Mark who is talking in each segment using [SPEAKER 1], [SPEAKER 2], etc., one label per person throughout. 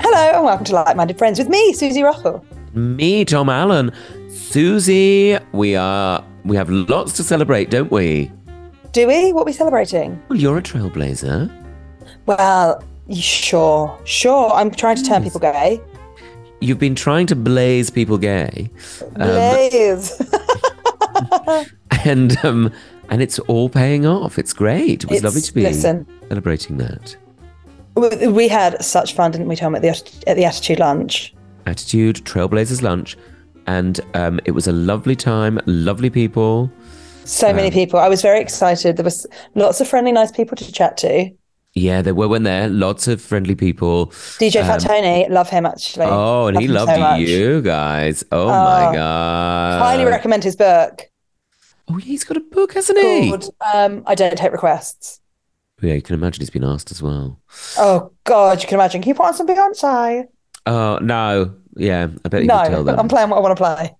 [SPEAKER 1] Hello and welcome to Like Minded Friends with me, Susie Rochel.
[SPEAKER 2] me, Tom Allen, Susie. We are. We have lots to celebrate, don't we?
[SPEAKER 1] Do we? What are we celebrating?
[SPEAKER 2] Well, you're a trailblazer.
[SPEAKER 1] Well, you- sure, sure. I'm trying to turn people gay.
[SPEAKER 2] You've been trying to blaze people gay,
[SPEAKER 1] Um, Please.
[SPEAKER 2] and um, and it's all paying off. It's great. It was
[SPEAKER 1] It's-
[SPEAKER 2] lovely to be
[SPEAKER 1] listen.
[SPEAKER 2] celebrating that
[SPEAKER 1] We- we had such fun, didn't we, Tom, at the, Atti- at the Attitude Lunch?
[SPEAKER 2] attitude. Trailblazers lunch, and um, it was a lovely time. Lovely people.
[SPEAKER 1] So many people. I was very excited. There was lots of friendly, nice people to chat to.
[SPEAKER 2] Yeah, there were when there. Lots of friendly people.
[SPEAKER 1] DJ Fatoni, love him actually.
[SPEAKER 2] Oh, and he
[SPEAKER 1] Love
[SPEAKER 2] loved
[SPEAKER 1] him so much.
[SPEAKER 2] you guys. Oh,
[SPEAKER 1] Oh.
[SPEAKER 2] my god.
[SPEAKER 1] Highly recommend his book
[SPEAKER 2] Oh, yeah, he's got a book, hasn't he?
[SPEAKER 1] called um, I Don't Take Requests.
[SPEAKER 2] Yeah, you can imagine he's been asked as well.
[SPEAKER 1] Oh, God, you can imagine. Can you put on some Beyonce?
[SPEAKER 2] Oh no, yeah, I bet you
[SPEAKER 1] No,
[SPEAKER 2] could tell them.
[SPEAKER 1] I'm playing what I want to play.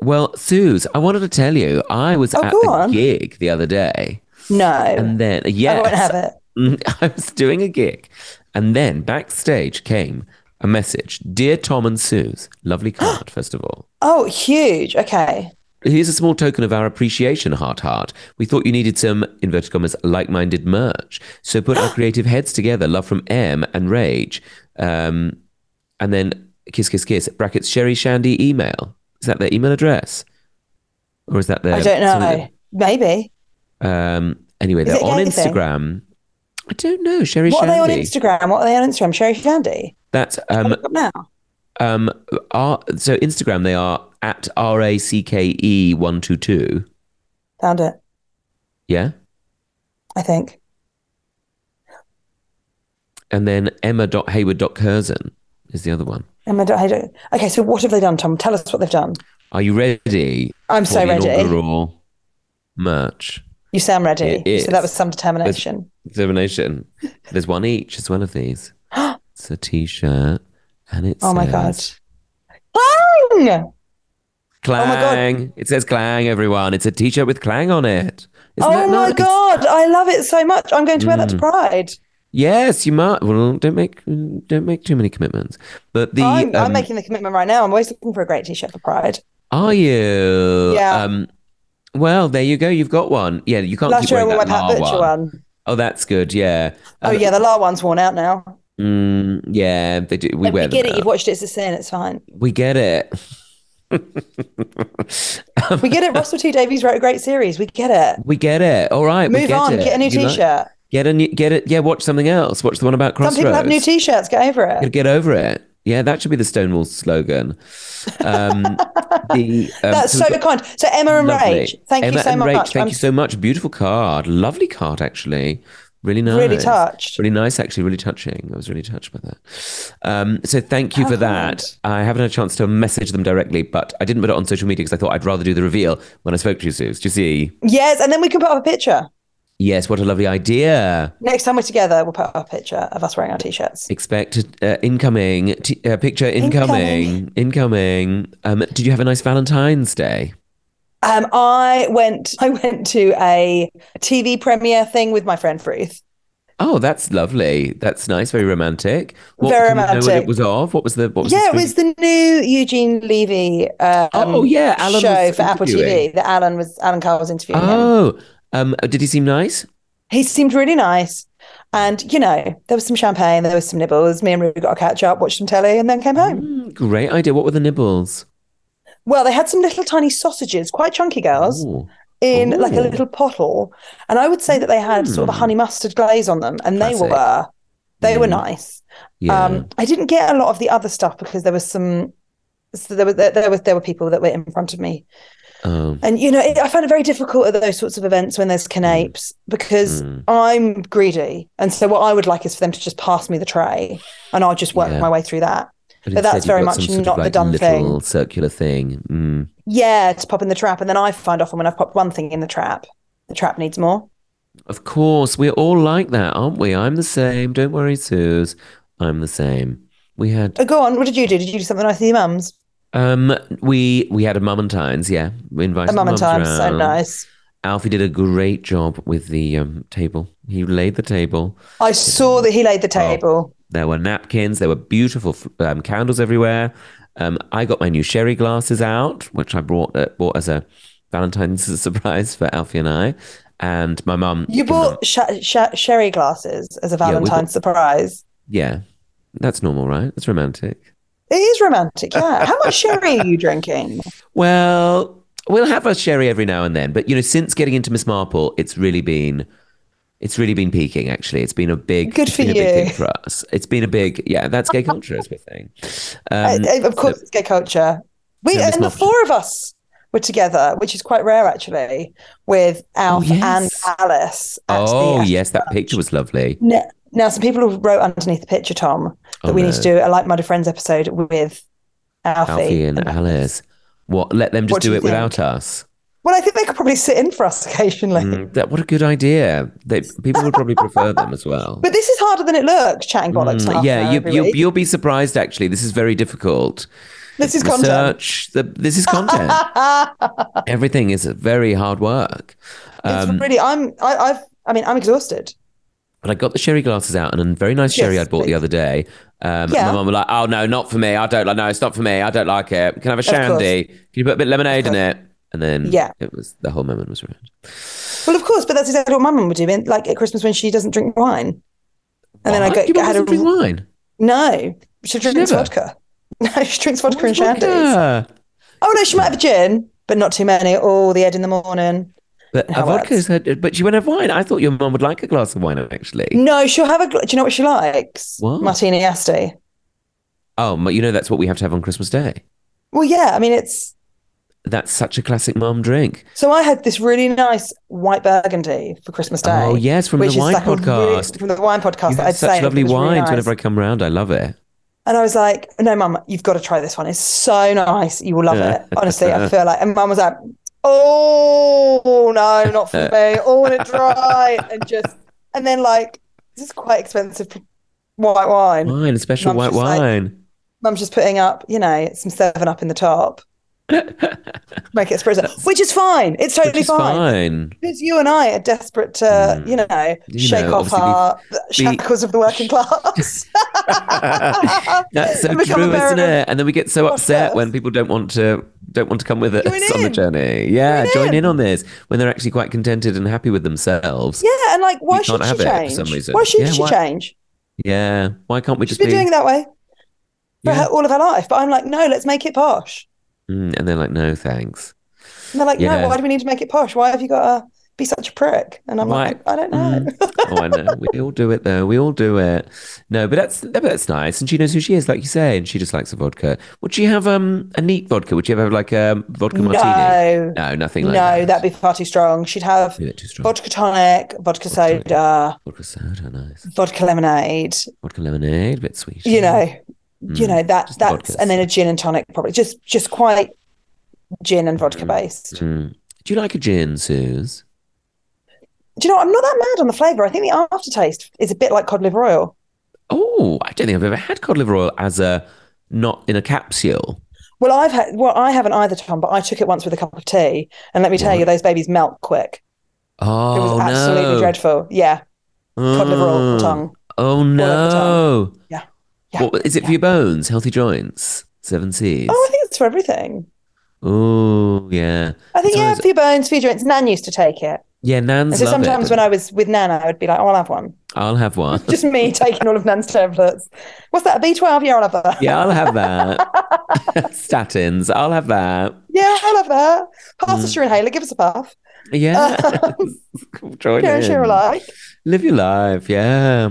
[SPEAKER 2] well, Suze, I wanted to tell you, I was
[SPEAKER 1] Oh,
[SPEAKER 2] at
[SPEAKER 1] go
[SPEAKER 2] a
[SPEAKER 1] on.
[SPEAKER 2] gig the other day,
[SPEAKER 1] No,
[SPEAKER 2] and then
[SPEAKER 1] I won't
[SPEAKER 2] yes,
[SPEAKER 1] have it.
[SPEAKER 2] I was doing a gig, and then backstage came a message, dear Tom and Suze, lovely card first of all.
[SPEAKER 1] Oh, huge. Okay.
[SPEAKER 2] Here's a small token of our appreciation, Heart Heart. We thought you needed some, inverted commas, like minded merch. So put our creative heads together, love from M and Rage. Um, and then kiss, kiss, kiss, brackets, Sherry Shandy email. Is that their email address? Or is that their.
[SPEAKER 1] I don't know.
[SPEAKER 2] something
[SPEAKER 1] Maybe.
[SPEAKER 2] that- Um, anyway,
[SPEAKER 1] Is
[SPEAKER 2] they're
[SPEAKER 1] it a
[SPEAKER 2] on
[SPEAKER 1] gay thing?
[SPEAKER 2] Instagram. I don't know. Sherry
[SPEAKER 1] What are
[SPEAKER 2] Shandy.
[SPEAKER 1] they on Instagram? What are they on Instagram? Sherry Shandy.
[SPEAKER 2] That's um,
[SPEAKER 1] Look up now.
[SPEAKER 2] um, R- so Instagram, they are at R A C K E 122.
[SPEAKER 1] Found it,
[SPEAKER 2] Yeah.
[SPEAKER 1] I think.
[SPEAKER 2] and then emma.hayward.curzon is the other one.
[SPEAKER 1] Am I don't- I don't- Okay, so what have they done, Tom? Tell us what they've done.
[SPEAKER 2] Are you ready?
[SPEAKER 1] I'm
[SPEAKER 2] for
[SPEAKER 1] so
[SPEAKER 2] the
[SPEAKER 1] ready.
[SPEAKER 2] Inaugural merch
[SPEAKER 1] You sound ready.
[SPEAKER 2] It
[SPEAKER 1] So that
[SPEAKER 2] is.
[SPEAKER 1] was some determination.
[SPEAKER 2] examination. There's one each as well of these. It's a t-shirt, and it
[SPEAKER 1] Oh my God.
[SPEAKER 2] says
[SPEAKER 1] Clang!
[SPEAKER 2] clang.
[SPEAKER 1] my God.
[SPEAKER 2] It says clang. Everyone, it's a t-shirt with clang on it. Isn't
[SPEAKER 1] Oh
[SPEAKER 2] that
[SPEAKER 1] my
[SPEAKER 2] nice? Mm.
[SPEAKER 1] God. I love it so much. I'm going to wear that to Pride.
[SPEAKER 2] Yes, you might. Well, don't make don't make too many commitments. But the
[SPEAKER 1] I'm, I'm
[SPEAKER 2] um,
[SPEAKER 1] making the commitment right now. I'm always looking for a great t shirt for Pride.
[SPEAKER 2] Are you?
[SPEAKER 1] Yeah.
[SPEAKER 2] Um, well, there you go. You've got one. Yeah, you can't
[SPEAKER 1] Last
[SPEAKER 2] keep
[SPEAKER 1] year I
[SPEAKER 2] wearing
[SPEAKER 1] wore my
[SPEAKER 2] that
[SPEAKER 1] Pat
[SPEAKER 2] Mar
[SPEAKER 1] Butcher one.
[SPEAKER 2] Oh, that's good. Yeah.
[SPEAKER 1] Oh,
[SPEAKER 2] Uh,
[SPEAKER 1] yeah, the La one's worn out now.
[SPEAKER 2] Mm, yeah, they do. We
[SPEAKER 1] Like,
[SPEAKER 2] wear
[SPEAKER 1] We get
[SPEAKER 2] them
[SPEAKER 1] it. You've
[SPEAKER 2] out.
[SPEAKER 1] watched it. It's a sin. It's fine.
[SPEAKER 2] We get it.
[SPEAKER 1] We get it. Russell T Davies wrote a great series. We get it.
[SPEAKER 2] We get it. All right. we
[SPEAKER 1] Move
[SPEAKER 2] get
[SPEAKER 1] on.
[SPEAKER 2] it.
[SPEAKER 1] Get a new
[SPEAKER 2] You
[SPEAKER 1] t
[SPEAKER 2] like-
[SPEAKER 1] shirt.
[SPEAKER 2] get a new. Get it. Yeah. Watch something else. Watch the one about
[SPEAKER 1] Some
[SPEAKER 2] Crossroads.
[SPEAKER 1] people have new t shirts. Get over it.
[SPEAKER 2] You'll get over it. Yeah, that should be the Stonewall slogan. Um, the, um,
[SPEAKER 1] That's so
[SPEAKER 2] we've got-
[SPEAKER 1] kind. So Emma and
[SPEAKER 2] lovely.
[SPEAKER 1] Rage, thank
[SPEAKER 2] Emma
[SPEAKER 1] you so
[SPEAKER 2] and
[SPEAKER 1] much. Um,
[SPEAKER 2] Rach, thank
[SPEAKER 1] I'm-
[SPEAKER 2] you so much. Beautiful card. Lovely card, actually. Really nice.
[SPEAKER 1] Really touched.
[SPEAKER 2] Really nice, actually. Really touching. I was really touched by that. Um, so thank you for that. I haven't had a chance to message them directly, but I didn't put it on social media because I thought I'd rather do the reveal when I spoke to you, Suze. Do you see?
[SPEAKER 1] Yes, and then we can put up a picture.
[SPEAKER 2] Yes, what a lovely idea.
[SPEAKER 1] Next time we're together, we'll put up a picture of us wearing our t-shirts.
[SPEAKER 2] Expect uh, incoming, t- uh, picture incoming, incoming. Um, did you have a nice Valentine's Day?
[SPEAKER 1] Um, I went. I went to a TV premiere thing with my friend Ruth.
[SPEAKER 2] Oh, that's lovely. That's nice. Very romantic. What,
[SPEAKER 1] Very
[SPEAKER 2] can we know what
[SPEAKER 1] romantic.
[SPEAKER 2] it was of? What was the? What was
[SPEAKER 1] Yeah, it
[SPEAKER 2] the
[SPEAKER 1] was the new Eugene Levy. Um,
[SPEAKER 2] Oh, yeah, Alan
[SPEAKER 1] show
[SPEAKER 2] was
[SPEAKER 1] for Apple
[SPEAKER 2] interviewing.
[SPEAKER 1] TV that Alan was Alan Carr was interviewing. him.
[SPEAKER 2] Oh, um, did he seem nice?
[SPEAKER 1] He seemed really nice, and you know there was some champagne, there was some nibbles. Me and Ruth got a catch up, watched some telly, and then came home.
[SPEAKER 2] Mm, Great idea. What were the nibbles?
[SPEAKER 1] Well, they had some little tiny sausages, quite chunky girls,
[SPEAKER 2] Ooh.
[SPEAKER 1] in like a
[SPEAKER 2] Ooh. Hmm.
[SPEAKER 1] little pottle, and I would say that they had sort of a honey mustard glaze on them, and they
[SPEAKER 2] Classic.
[SPEAKER 1] were they were
[SPEAKER 2] Mm.
[SPEAKER 1] nice.
[SPEAKER 2] Yeah.
[SPEAKER 1] Um, I didn't get a lot of the other stuff because there was some. So there was there, there was there were people that were in front of me,
[SPEAKER 2] oh,
[SPEAKER 1] and you know it, I find it very difficult at those sorts of events when there's canapes because
[SPEAKER 2] Mm.
[SPEAKER 1] I'm greedy, and so what I would like is for them to just pass me the tray, and I'll just work
[SPEAKER 2] Yeah.
[SPEAKER 1] my way through that.
[SPEAKER 2] but
[SPEAKER 1] but that's
[SPEAKER 2] instead you've
[SPEAKER 1] very
[SPEAKER 2] got
[SPEAKER 1] much
[SPEAKER 2] some sort of,
[SPEAKER 1] not the
[SPEAKER 2] like,
[SPEAKER 1] done thing.
[SPEAKER 2] little circular thing. Mm.
[SPEAKER 1] Yeah, to pop in the trap, and then I find often when I've popped one thing in the trap, the trap needs more.
[SPEAKER 2] Of course, we're all like that, aren't we? I'm the same. Don't worry, Suze. I'm the same. We had
[SPEAKER 1] Oh, go on. What did you do? Did you do something nice with your mums?
[SPEAKER 2] um we we had a mum and times, yeah. We invited
[SPEAKER 1] A
[SPEAKER 2] the
[SPEAKER 1] mum and
[SPEAKER 2] mums
[SPEAKER 1] time. So
[SPEAKER 2] round.
[SPEAKER 1] nice.
[SPEAKER 2] Alfie did a great job with the um, table. He laid the table.
[SPEAKER 1] I saw that he laid
[SPEAKER 2] oh,
[SPEAKER 1] the table.
[SPEAKER 2] There were napkins. There were beautiful f- um, candles everywhere. Um, I got my new sherry glasses out, which I brought uh, bought as a Valentine's surprise for Alfie and I. And my mum.
[SPEAKER 1] You bought sh- sh- sherry glasses as a
[SPEAKER 2] we
[SPEAKER 1] Valentine's
[SPEAKER 2] bought-
[SPEAKER 1] surprise.
[SPEAKER 2] Yeah, that's normal, right? That's romantic.
[SPEAKER 1] It is romantic, yeah. How much sherry are you drinking?
[SPEAKER 2] Well, we'll have a sherry every now and then, but you know, since getting into Miss Marple, it's really been, it's really been peaking. Actually, it's been a big,
[SPEAKER 1] Good
[SPEAKER 2] it's
[SPEAKER 1] for
[SPEAKER 2] been a big
[SPEAKER 1] you.
[SPEAKER 2] thing for us. It's been a big, yeah. That's gay culture is we're saying. Um,
[SPEAKER 1] I- I- of course, it's gay culture. We
[SPEAKER 2] So
[SPEAKER 1] and
[SPEAKER 2] Miss
[SPEAKER 1] the
[SPEAKER 2] Marple-
[SPEAKER 1] four of us were together, which is quite rare actually, with Alf
[SPEAKER 2] Oh, yes.
[SPEAKER 1] and Alice. At
[SPEAKER 2] oh
[SPEAKER 1] the,
[SPEAKER 2] yes, that picture
[SPEAKER 1] uh,
[SPEAKER 2] was lovely.
[SPEAKER 1] Now, now, some people wrote underneath the picture, Tom, that
[SPEAKER 2] Oh,
[SPEAKER 1] we
[SPEAKER 2] no.
[SPEAKER 1] need to do a Like Minded Friends episode with Alfie.
[SPEAKER 2] Alfie and Alice. What? Let them just
[SPEAKER 1] What do
[SPEAKER 2] do,
[SPEAKER 1] you
[SPEAKER 2] it without us.
[SPEAKER 1] Well, I think they could probably sit in for us occasionally.
[SPEAKER 2] Mm, that what a good idea. They, people would probably prefer them as well.
[SPEAKER 1] But this is harder than it looks, chatting bollocks.
[SPEAKER 2] Mm,
[SPEAKER 1] half an
[SPEAKER 2] yeah,
[SPEAKER 1] hour
[SPEAKER 2] you,
[SPEAKER 1] every
[SPEAKER 2] you,
[SPEAKER 1] week.
[SPEAKER 2] you'll be surprised. Actually, this is very difficult.
[SPEAKER 1] this is content.
[SPEAKER 2] Research. The, this is content. Everything is very hard work.
[SPEAKER 1] It's
[SPEAKER 2] Um,
[SPEAKER 1] really, I'm, I, I've, I mean, I'm exhausted.
[SPEAKER 2] but I got the sherry glasses out and a very nice sherry
[SPEAKER 1] Yes,
[SPEAKER 2] I bought
[SPEAKER 1] please.
[SPEAKER 2] the other day. Um,
[SPEAKER 1] Yeah.
[SPEAKER 2] And my mum was like, "Oh no, not for me. I don't like. No, it's not for me. I don't like it. Can I have a
[SPEAKER 1] course.
[SPEAKER 2] shandy? Can you put a bit of lemonade in it?" And then
[SPEAKER 1] Yeah.
[SPEAKER 2] it was the whole moment was ruined.
[SPEAKER 1] Well, of course, but that's exactly what my mum would do, in- like at Christmas when she doesn't drink wine. And then I
[SPEAKER 2] What?
[SPEAKER 1] got,
[SPEAKER 2] Your mum
[SPEAKER 1] had a
[SPEAKER 2] doesn't drink wine.
[SPEAKER 1] no. She drinks
[SPEAKER 2] never?
[SPEAKER 1] vodka. No, she drinks vodka and
[SPEAKER 2] Vodka.
[SPEAKER 1] shandies. Oh no, she might have a gin, but not too many. All the Ed in the morning.
[SPEAKER 2] But a
[SPEAKER 1] How
[SPEAKER 2] vodka
[SPEAKER 1] else?
[SPEAKER 2] is her. But she won't have wine. I thought your mum would like a glass of wine actually.
[SPEAKER 1] No, she'll have a. gl- Do you know what she likes?
[SPEAKER 2] What?
[SPEAKER 1] Martini Asti.
[SPEAKER 2] Oh, but you know that's what we have to have on Christmas Day.
[SPEAKER 1] Well, yeah. I mean, it's
[SPEAKER 2] That's such a classic mum drink.
[SPEAKER 1] so I had this really nice white burgundy for Christmas Day.
[SPEAKER 2] Oh, yes, from the
[SPEAKER 1] which is
[SPEAKER 2] wine
[SPEAKER 1] a really-
[SPEAKER 2] podcast.
[SPEAKER 1] from the wine podcast,
[SPEAKER 2] You
[SPEAKER 1] that
[SPEAKER 2] have
[SPEAKER 1] I'd
[SPEAKER 2] such
[SPEAKER 1] say
[SPEAKER 2] lovely
[SPEAKER 1] it was really
[SPEAKER 2] wines
[SPEAKER 1] nice.
[SPEAKER 2] whenever I come round. I love it.
[SPEAKER 1] And I was like, no, mum, you've got to try this one. It's so nice. You will love it. Honestly, I feel like. And mum was like, oh, no, not for me. Oh, and it dry. And just, and then like, this is quite expensive for white wine.
[SPEAKER 2] Wine, a special
[SPEAKER 1] Mum's
[SPEAKER 2] white
[SPEAKER 1] just like-
[SPEAKER 2] wine.
[SPEAKER 1] Mum's just putting up, you know, some seven up in the top. Make it espresso, which is fine. It's totally
[SPEAKER 2] Which is
[SPEAKER 1] fine.
[SPEAKER 2] fine. Mm.
[SPEAKER 1] Because you and I are desperate to, you know,
[SPEAKER 2] You
[SPEAKER 1] shake
[SPEAKER 2] know,
[SPEAKER 1] off
[SPEAKER 2] obviously we-
[SPEAKER 1] our
[SPEAKER 2] we-
[SPEAKER 1] shackles of the working class.
[SPEAKER 2] That's so
[SPEAKER 1] And become a
[SPEAKER 2] true,
[SPEAKER 1] bearer
[SPEAKER 2] isn't
[SPEAKER 1] of
[SPEAKER 2] it? And then we get so upset
[SPEAKER 1] us.
[SPEAKER 2] when people don't want to don't want to come with us
[SPEAKER 1] Join
[SPEAKER 2] on the
[SPEAKER 1] in.
[SPEAKER 2] journey. Yeah, join, in. on this when they're actually quite contented and happy with themselves.
[SPEAKER 1] Yeah, and like, why
[SPEAKER 2] You
[SPEAKER 1] should
[SPEAKER 2] can't
[SPEAKER 1] she
[SPEAKER 2] have it for
[SPEAKER 1] change?
[SPEAKER 2] some reason.
[SPEAKER 1] Why should
[SPEAKER 2] Yeah,
[SPEAKER 1] she
[SPEAKER 2] why-
[SPEAKER 1] change?
[SPEAKER 2] Yeah. Why can't we
[SPEAKER 1] She's
[SPEAKER 2] just
[SPEAKER 1] been
[SPEAKER 2] be?
[SPEAKER 1] doing it that way for her,
[SPEAKER 2] Yeah.
[SPEAKER 1] all of her life. But I'm like, no, let's make it posh.
[SPEAKER 2] Mm, and they're like, no, thanks.
[SPEAKER 1] And they're like,
[SPEAKER 2] Yeah.
[SPEAKER 1] no, why do we need to make it posh? Why have you got a be such a prick. And I'm
[SPEAKER 2] Right.
[SPEAKER 1] like, I don't know.
[SPEAKER 2] Mm. oh, I know. We all do it though. We all do it. No, but that's but that's nice. And she knows who she is, like you say, and she just likes a vodka. Would she have um a neat vodka? Would she ever have like a vodka martini?
[SPEAKER 1] no,
[SPEAKER 2] No, nothing
[SPEAKER 1] no,
[SPEAKER 2] like that.
[SPEAKER 1] that'd be far too strong. She'd have
[SPEAKER 2] a bit too strong.
[SPEAKER 1] vodka tonic, vodka
[SPEAKER 2] tonic.
[SPEAKER 1] soda,
[SPEAKER 2] Vodka soda, nice.
[SPEAKER 1] vodka lemonade.
[SPEAKER 2] Vodka lemonade, a bit sweet.
[SPEAKER 1] You know, you
[SPEAKER 2] Mm.
[SPEAKER 1] know that
[SPEAKER 2] Just the
[SPEAKER 1] that's
[SPEAKER 2] vodkas.
[SPEAKER 1] and then a gin and tonic probably just just quite gin and vodka based.
[SPEAKER 2] Mm. Do you like a gin, Suze?
[SPEAKER 1] Do you know? what? I'm not that mad on the flavour. I think the aftertaste is a bit like cod liver oil.
[SPEAKER 2] Oh, I don't think I've ever had cod liver oil as a not in a capsule.
[SPEAKER 1] Well, I've had. Well, I haven't either, Tom. But I took it once with a cup of tea, and let me tell
[SPEAKER 2] What?
[SPEAKER 1] you, those babies melt quick.
[SPEAKER 2] Oh
[SPEAKER 1] it was absolutely
[SPEAKER 2] no!
[SPEAKER 1] dreadful. Yeah, cod liver oil
[SPEAKER 2] Mm.
[SPEAKER 1] tongue.
[SPEAKER 2] Oh
[SPEAKER 1] over
[SPEAKER 2] no!
[SPEAKER 1] Yeah. Yeah.
[SPEAKER 2] What is it for your bones? Healthy joints, seven C's.
[SPEAKER 1] Oh, I think it's for everything.
[SPEAKER 2] Oh yeah.
[SPEAKER 1] I think
[SPEAKER 2] It's one
[SPEAKER 1] yeah,
[SPEAKER 2] of those-
[SPEAKER 1] for your bones, for your joints. Nan used to take it,
[SPEAKER 2] yeah. Nan's
[SPEAKER 1] and so
[SPEAKER 2] love
[SPEAKER 1] sometimes
[SPEAKER 2] it.
[SPEAKER 1] when I was with Nan, I would be like, "Oh, I'll have one."
[SPEAKER 2] I'll have one.
[SPEAKER 1] Just me taking all of Nan's tablets. What's that? B twelve? Yeah, I'll have that.
[SPEAKER 2] yeah, I'll have that. Statins. I'll have that.
[SPEAKER 1] Yeah, I'll have that. Pass
[SPEAKER 2] Mm.
[SPEAKER 1] us your inhaler. Give us a puff.
[SPEAKER 2] Yeah. Join
[SPEAKER 1] Share and
[SPEAKER 2] in.
[SPEAKER 1] share alike.
[SPEAKER 2] Live your life. Yeah.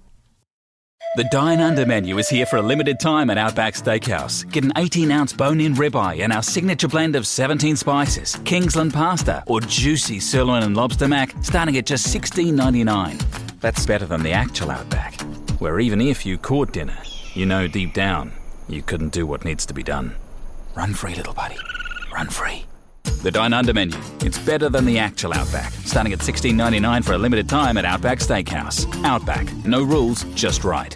[SPEAKER 3] The Dine Under menu is here for a limited time at Outback Steakhouse. Get an 18 ounce bone in ribeye and our signature blend of 17 spices, Kingsland pasta, or juicy sirloin and lobster mac, starting at just $16.99. That's better than the actual Outback, where even if you caught dinner, you know deep down you couldn't do what needs to be done. Run free, little buddy. Run free. The Dine Under menu. It's better than the actual Outback. Starting at $16.99 for a limited time at Outback Steakhouse. Outback. No rules, just right.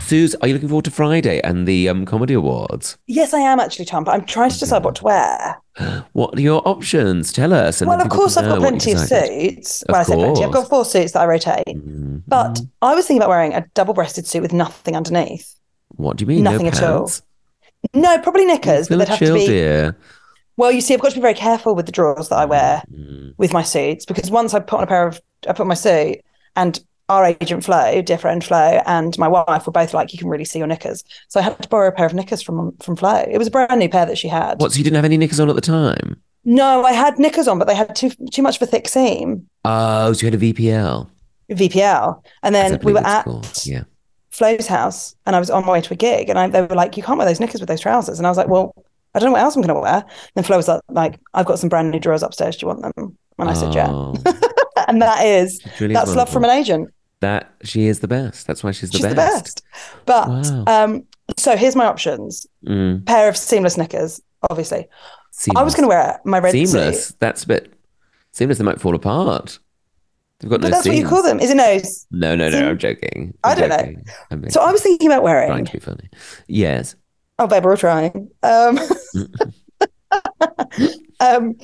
[SPEAKER 2] Suze, are you looking forward to Friday and the um, comedy awards?
[SPEAKER 1] Yes, I am actually, Tom, but I'm trying to decide what to wear.
[SPEAKER 2] What are your options? Tell us. and
[SPEAKER 1] well,
[SPEAKER 2] then
[SPEAKER 1] of
[SPEAKER 2] people
[SPEAKER 1] course,
[SPEAKER 2] can
[SPEAKER 1] I've got
[SPEAKER 2] know what
[SPEAKER 1] plenty of
[SPEAKER 2] you decided.
[SPEAKER 1] suits.
[SPEAKER 2] Of
[SPEAKER 1] well, I say plenty. I've
[SPEAKER 2] course.
[SPEAKER 1] got four suits that I rotate.
[SPEAKER 2] Mm.
[SPEAKER 1] But I was thinking about wearing a double-breasted suit with nothing underneath.
[SPEAKER 2] What do you mean?
[SPEAKER 1] Nothing
[SPEAKER 2] no
[SPEAKER 1] at all.
[SPEAKER 2] pants?
[SPEAKER 1] No, probably knickers, but
[SPEAKER 2] Feel
[SPEAKER 1] they'd have
[SPEAKER 2] chill,
[SPEAKER 1] to be.
[SPEAKER 2] dear.
[SPEAKER 1] Well, you see, I've got to be very careful with the drawers that I wear
[SPEAKER 2] Mm-hmm.
[SPEAKER 1] with my suits because once I put on a pair of, I put my suit and our agent Flo, dear friend Flo, and my wife were both like, "You can really see your knickers." So I had to borrow a pair of knickers from from Flo. It was a brand new pair that she had.
[SPEAKER 2] What? So you didn't have any knickers on at the time?
[SPEAKER 1] No, I had knickers on, but they had too too much of a thick seam.
[SPEAKER 2] Oh, so you had a VPL.
[SPEAKER 1] VPL, and
[SPEAKER 2] as I
[SPEAKER 1] then we
[SPEAKER 2] believe
[SPEAKER 1] were
[SPEAKER 2] it's
[SPEAKER 1] at
[SPEAKER 2] called. yeah.
[SPEAKER 1] Flo's house, and I was on my way to a gig, and I, they were like, "You can't wear those knickers with those trousers," and I was like, "Well, I don't know what else I'm going to wear." And Flo was like, "Like, I've got some brand new drawers upstairs. Do you want them?" And I said, "Yeah."
[SPEAKER 2] Oh,
[SPEAKER 1] And that is
[SPEAKER 2] it really is
[SPEAKER 1] that's love from an
[SPEAKER 2] wonderful.
[SPEAKER 1] agent.
[SPEAKER 2] That she is the best. That's why she's the
[SPEAKER 1] She's the
[SPEAKER 2] best.
[SPEAKER 1] best. But um, so here's my options:
[SPEAKER 2] Mm,
[SPEAKER 1] pair of seamless knickers. Obviously, I was
[SPEAKER 2] seamless.
[SPEAKER 1] going to wear my red
[SPEAKER 2] seamless.
[SPEAKER 1] suit,
[SPEAKER 2] That's a bit seamless. They might fall apart. They've got
[SPEAKER 1] but
[SPEAKER 2] no
[SPEAKER 1] that's what you
[SPEAKER 2] seams.
[SPEAKER 1] call them, is it? No.
[SPEAKER 2] No, no, no.
[SPEAKER 1] Seam-
[SPEAKER 2] I'm joking.
[SPEAKER 1] I
[SPEAKER 2] I'm
[SPEAKER 1] don't know.
[SPEAKER 2] joking. I'm
[SPEAKER 1] So I was thinking about
[SPEAKER 2] trying
[SPEAKER 1] wearing.
[SPEAKER 2] to be funny. Yes.
[SPEAKER 1] Oh, babe, we're all trying. Um, um,